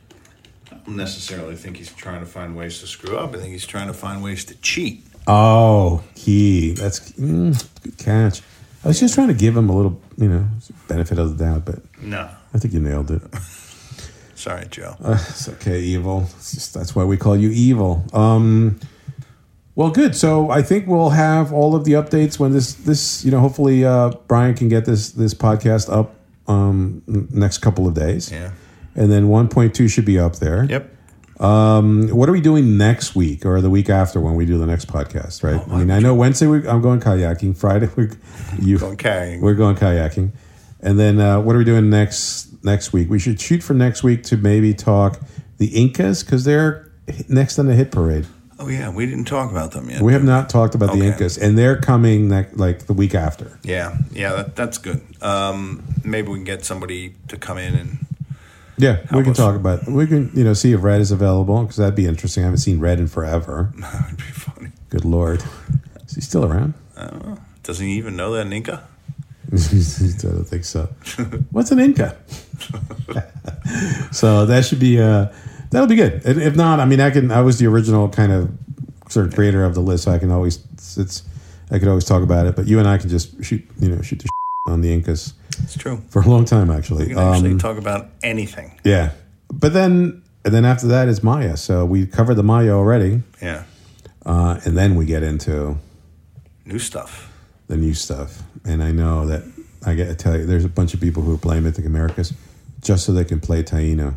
Speaker 1: I don't necessarily think he's trying to find ways to screw up. I think he's trying to find ways to cheat.
Speaker 2: Oh, key. That's mm, good catch. I was just trying to give him a little, you know, benefit of the doubt, but
Speaker 1: No,
Speaker 2: I think you nailed it. [laughs]
Speaker 1: sorry, Joe.
Speaker 2: It's okay, evil. It's just- that's why we call you evil. Um, well, good. So I think we'll have all of the updates when this this you know hopefully uh, Brian can get this this podcast up um, n- next couple of days.
Speaker 1: yeah.
Speaker 2: And then 1.2 should be up there.
Speaker 1: Yep.
Speaker 2: What are we doing next week or the week after when we do the next podcast, right? I mean, I know Wednesday we, I'm going kayaking. Friday [laughs] we're, you,
Speaker 1: Going kayaking.
Speaker 2: we're going kayaking. And then uh, what are we doing next next week? We should shoot for next week to maybe talk the Incas because they're hit- next on the hit parade.
Speaker 1: Oh yeah, we didn't talk about them yet.
Speaker 2: We have not talked about the
Speaker 1: Okay.
Speaker 2: Incas, and they're coming ne- like the week after.
Speaker 1: yeah, yeah, that, that's good. Um, maybe we can get somebody to come in and [laughs]
Speaker 2: Yeah, we can
Speaker 1: us.
Speaker 2: talk about we can you know see if Red is available because that'd be interesting. I haven't seen Red in forever.
Speaker 1: that would be funny.
Speaker 2: Good lord, is he still around?
Speaker 1: Does he even know that Ninka?
Speaker 2: I don't think so. What's an Inca? so that should be uh, that'll be good. And If not, I mean, I can. I was the original kind of sort of creator of the list, so I can always it's I could always talk about it. But you and I can just shoot you know shoot the shit on the Incas
Speaker 1: It's true.
Speaker 2: for a long time actually.
Speaker 1: We can actually
Speaker 2: Um,
Speaker 1: talk about anything.
Speaker 2: yeah, but then and then after that is Maya. So we covered the Maya already,
Speaker 1: Yeah,
Speaker 2: uh, and then we get into
Speaker 1: new stuff.
Speaker 2: the new stuff. And I know that I got to tell you, there's a bunch of people who are playing Mythic Americas just so they can play Taino.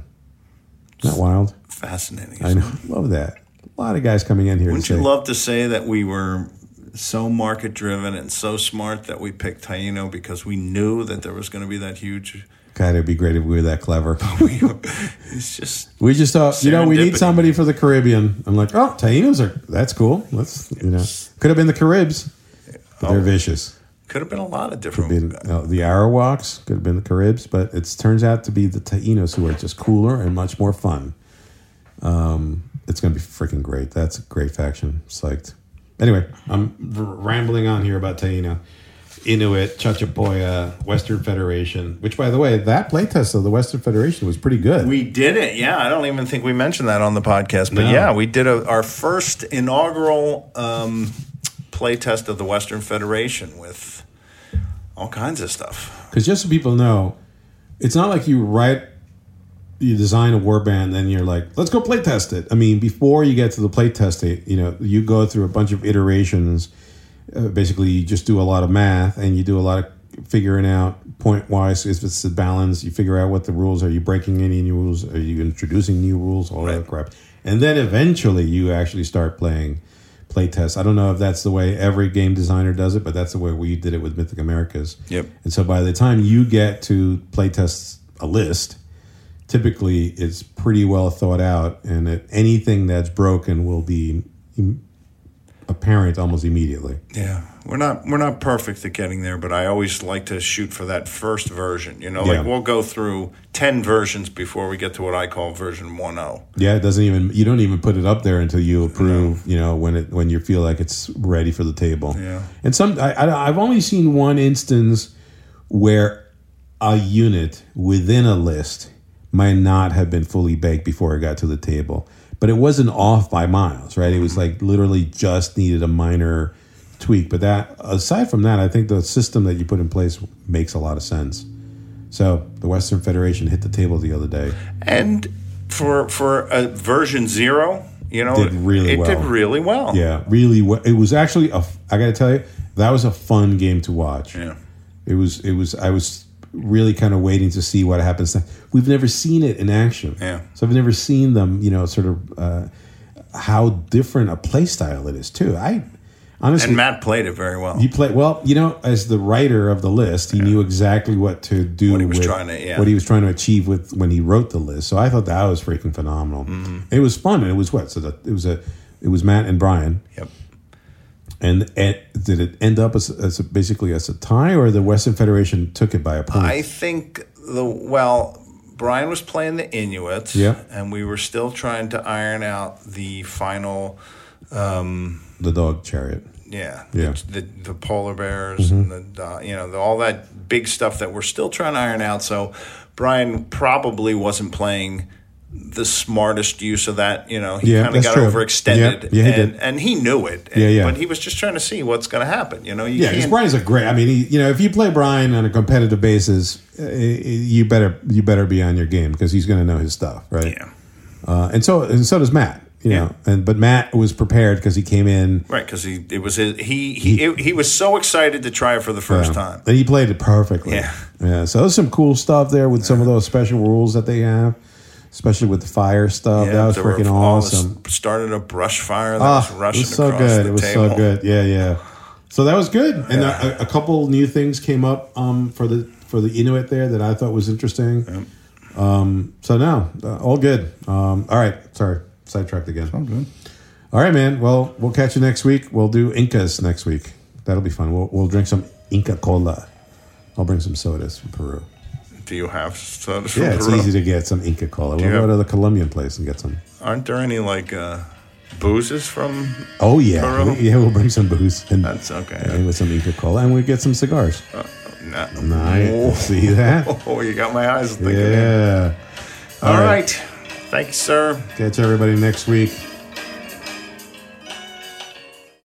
Speaker 2: Isn't that wild?
Speaker 1: Fascinating.
Speaker 2: I know. [laughs] Love that. A lot of guys coming in here.
Speaker 1: Wouldn't
Speaker 2: to
Speaker 1: you
Speaker 2: say,
Speaker 1: love to say that we were so market driven and so smart that we picked Taino because we knew that there was going to be that
Speaker 2: [laughs]
Speaker 1: huge? [laughs]
Speaker 2: God, it'd be great if we were that clever. [laughs]
Speaker 1: We, it's just
Speaker 2: We just thought, you know, we need
Speaker 1: Serendipity.
Speaker 2: somebody for the Caribbean. I'm like, oh, Tainos are that's cool. Let's you know, could have been the Caribs, but they're vicious.
Speaker 1: Could have been a lot of different.
Speaker 2: Been, uh, the Arawaks could have been the Caribs, but it turns out to be the Taínos who are just cooler and much more fun. Um, it's going to be freaking great. That's a great faction. Psyched. Anyway, I'm r- rambling on here about Taino, Inuit, Chachapoya, Western Federation. Which, by the way, that playtest of the Western Federation was pretty good.
Speaker 1: We did it. Yeah, I don't even think we mentioned that on the podcast, but
Speaker 2: No.
Speaker 1: yeah, we did a, our first inaugural um, playtest of the Western Federation with all kinds of stuff.
Speaker 2: Because just so people know, it's not like you write, you design a warband, then you're like, let's go play test it. I mean, before you get to the play test, it, you know, you go through a bunch of iterations. Uh, basically, you just do a lot of math and you do a lot of figuring out point wise if it's the balance. You figure out what the rules are. You breaking any new rules? Are you introducing new rules? All that crap. And then eventually, you actually start playing play tests. I don't know if that's the way every game designer does it, but that's the way we did it with Mythic Americas.
Speaker 1: Yep.
Speaker 2: And so by the time you get to playtest a list, typically it's pretty well thought out, and it, anything that's broken will be im- apparent almost immediately.
Speaker 1: Yeah, we're not we're not perfect at getting there, but I always like to shoot for that first version. You know,
Speaker 2: Yeah.
Speaker 1: like we'll go through ten versions before we get to what I call version oh. 1.0.
Speaker 2: Yeah, it doesn't even you don't even put it up there until you approve. You know when it when you feel like it's ready for the table.
Speaker 1: Yeah.
Speaker 2: And some I, I, I've only seen one instance where a unit within a list might not have been fully baked before it got to the table, but it wasn't off by miles, right? It was like literally just needed a minor tweak. But that aside from that, I think the system that you put in place makes a lot of sense. So the Western Federation hit the table the other day.
Speaker 1: And for for a version zero, you know,
Speaker 2: Did really
Speaker 1: it did
Speaker 2: well.
Speaker 1: really well.
Speaker 2: Yeah, really. wa- It was actually a. f- I got to tell you, that was a fun game to watch.
Speaker 1: Yeah.
Speaker 2: It was. It was. I was really kind of waiting to see what happens. next. We've never seen it in action.
Speaker 1: Yeah.
Speaker 2: So I've never seen them. You know, sort of uh, how different a play style it is too. I honestly.
Speaker 1: And Matt played it very well.
Speaker 2: he played well, you know. As the writer of the list, he knew exactly what to do. What
Speaker 1: he was
Speaker 2: with,
Speaker 1: trying to- yeah.
Speaker 2: What he was trying to achieve with when he wrote the list. So I thought that was freaking phenomenal.
Speaker 1: Mm-hmm.
Speaker 2: It was fun, and it was what. So the, it was a. It was Matt and Brian.
Speaker 1: Yep.
Speaker 2: And it, did it end up as, as a, basically as a tie, or the Western Federation took it by a point?
Speaker 1: I think the well, Brian was playing the Inuits,
Speaker 2: Yeah.
Speaker 1: and we were still trying to iron out the final,
Speaker 2: the dog chariot.
Speaker 1: yeah,
Speaker 2: Yeah. Mm-hmm.
Speaker 1: The, the, the polar bears and the do- you know the, all that big stuff that we're still trying to iron out. So Brian probably wasn't playing the smartest use of that. You know, he
Speaker 2: Yeah,
Speaker 1: kind of
Speaker 2: that's
Speaker 1: got
Speaker 2: true.
Speaker 1: overextended,
Speaker 2: Yeah, yeah, he
Speaker 1: and
Speaker 2: did.
Speaker 1: and he knew it.
Speaker 2: Yeah, yeah.
Speaker 1: But he was just trying to see what's going to happen. You know, you
Speaker 2: Yeah, because
Speaker 1: can't-
Speaker 2: Brian's a great. I mean, he, you know, if you play Brian on a competitive basis, uh, you better you better be on your game because he's going to know his stuff, right?
Speaker 1: yeah.
Speaker 2: Uh, and so and so does Matt. You know, and but Matt was prepared because he came in
Speaker 1: Right, because he it was his, he he it, he was so excited to try it for the first time.
Speaker 2: um, And he played it perfectly.
Speaker 1: Yeah.
Speaker 2: Yeah. So there's some cool stuff there with some of those special rules that they have, especially with the fire stuff. that was
Speaker 1: there were
Speaker 2: freaking
Speaker 1: all this-
Speaker 2: awesome.
Speaker 1: started a brush fire that
Speaker 2: Ah,
Speaker 1: was rushing
Speaker 2: it was so
Speaker 1: across
Speaker 2: good.
Speaker 1: the
Speaker 2: it was
Speaker 1: table.
Speaker 2: so good. Yeah, yeah. So that was good. And a, a couple new things came up um, for the for the Inuit there that I thought was interesting. Um, so now, uh, all good. Um, all right. Sorry, sidetracked again. All right, man. Well, we'll catch you next week. We'll do Incas next week. That'll be fun. We'll, we'll drink some Inca cola. I'll bring some sodas from Peru.
Speaker 1: Do you have sodas
Speaker 2: Yeah,
Speaker 1: from
Speaker 2: it's
Speaker 1: Peru?
Speaker 2: easy to get some Inca cola. We'll
Speaker 1: have-
Speaker 2: go to the Colombian place and get some.
Speaker 1: Aren't there any like uh, boozes from?
Speaker 2: Oh yeah,
Speaker 1: Peru?
Speaker 2: We- [laughs] yeah. We'll bring some booze and
Speaker 1: That's okay.
Speaker 2: and with some Inca cola, and we get some cigars.
Speaker 1: Nah.
Speaker 2: Nice. See that?
Speaker 1: Oh, you got my eyes thinking.
Speaker 2: Yeah.
Speaker 1: All right. Thank you, sir.
Speaker 2: Catch everybody next week.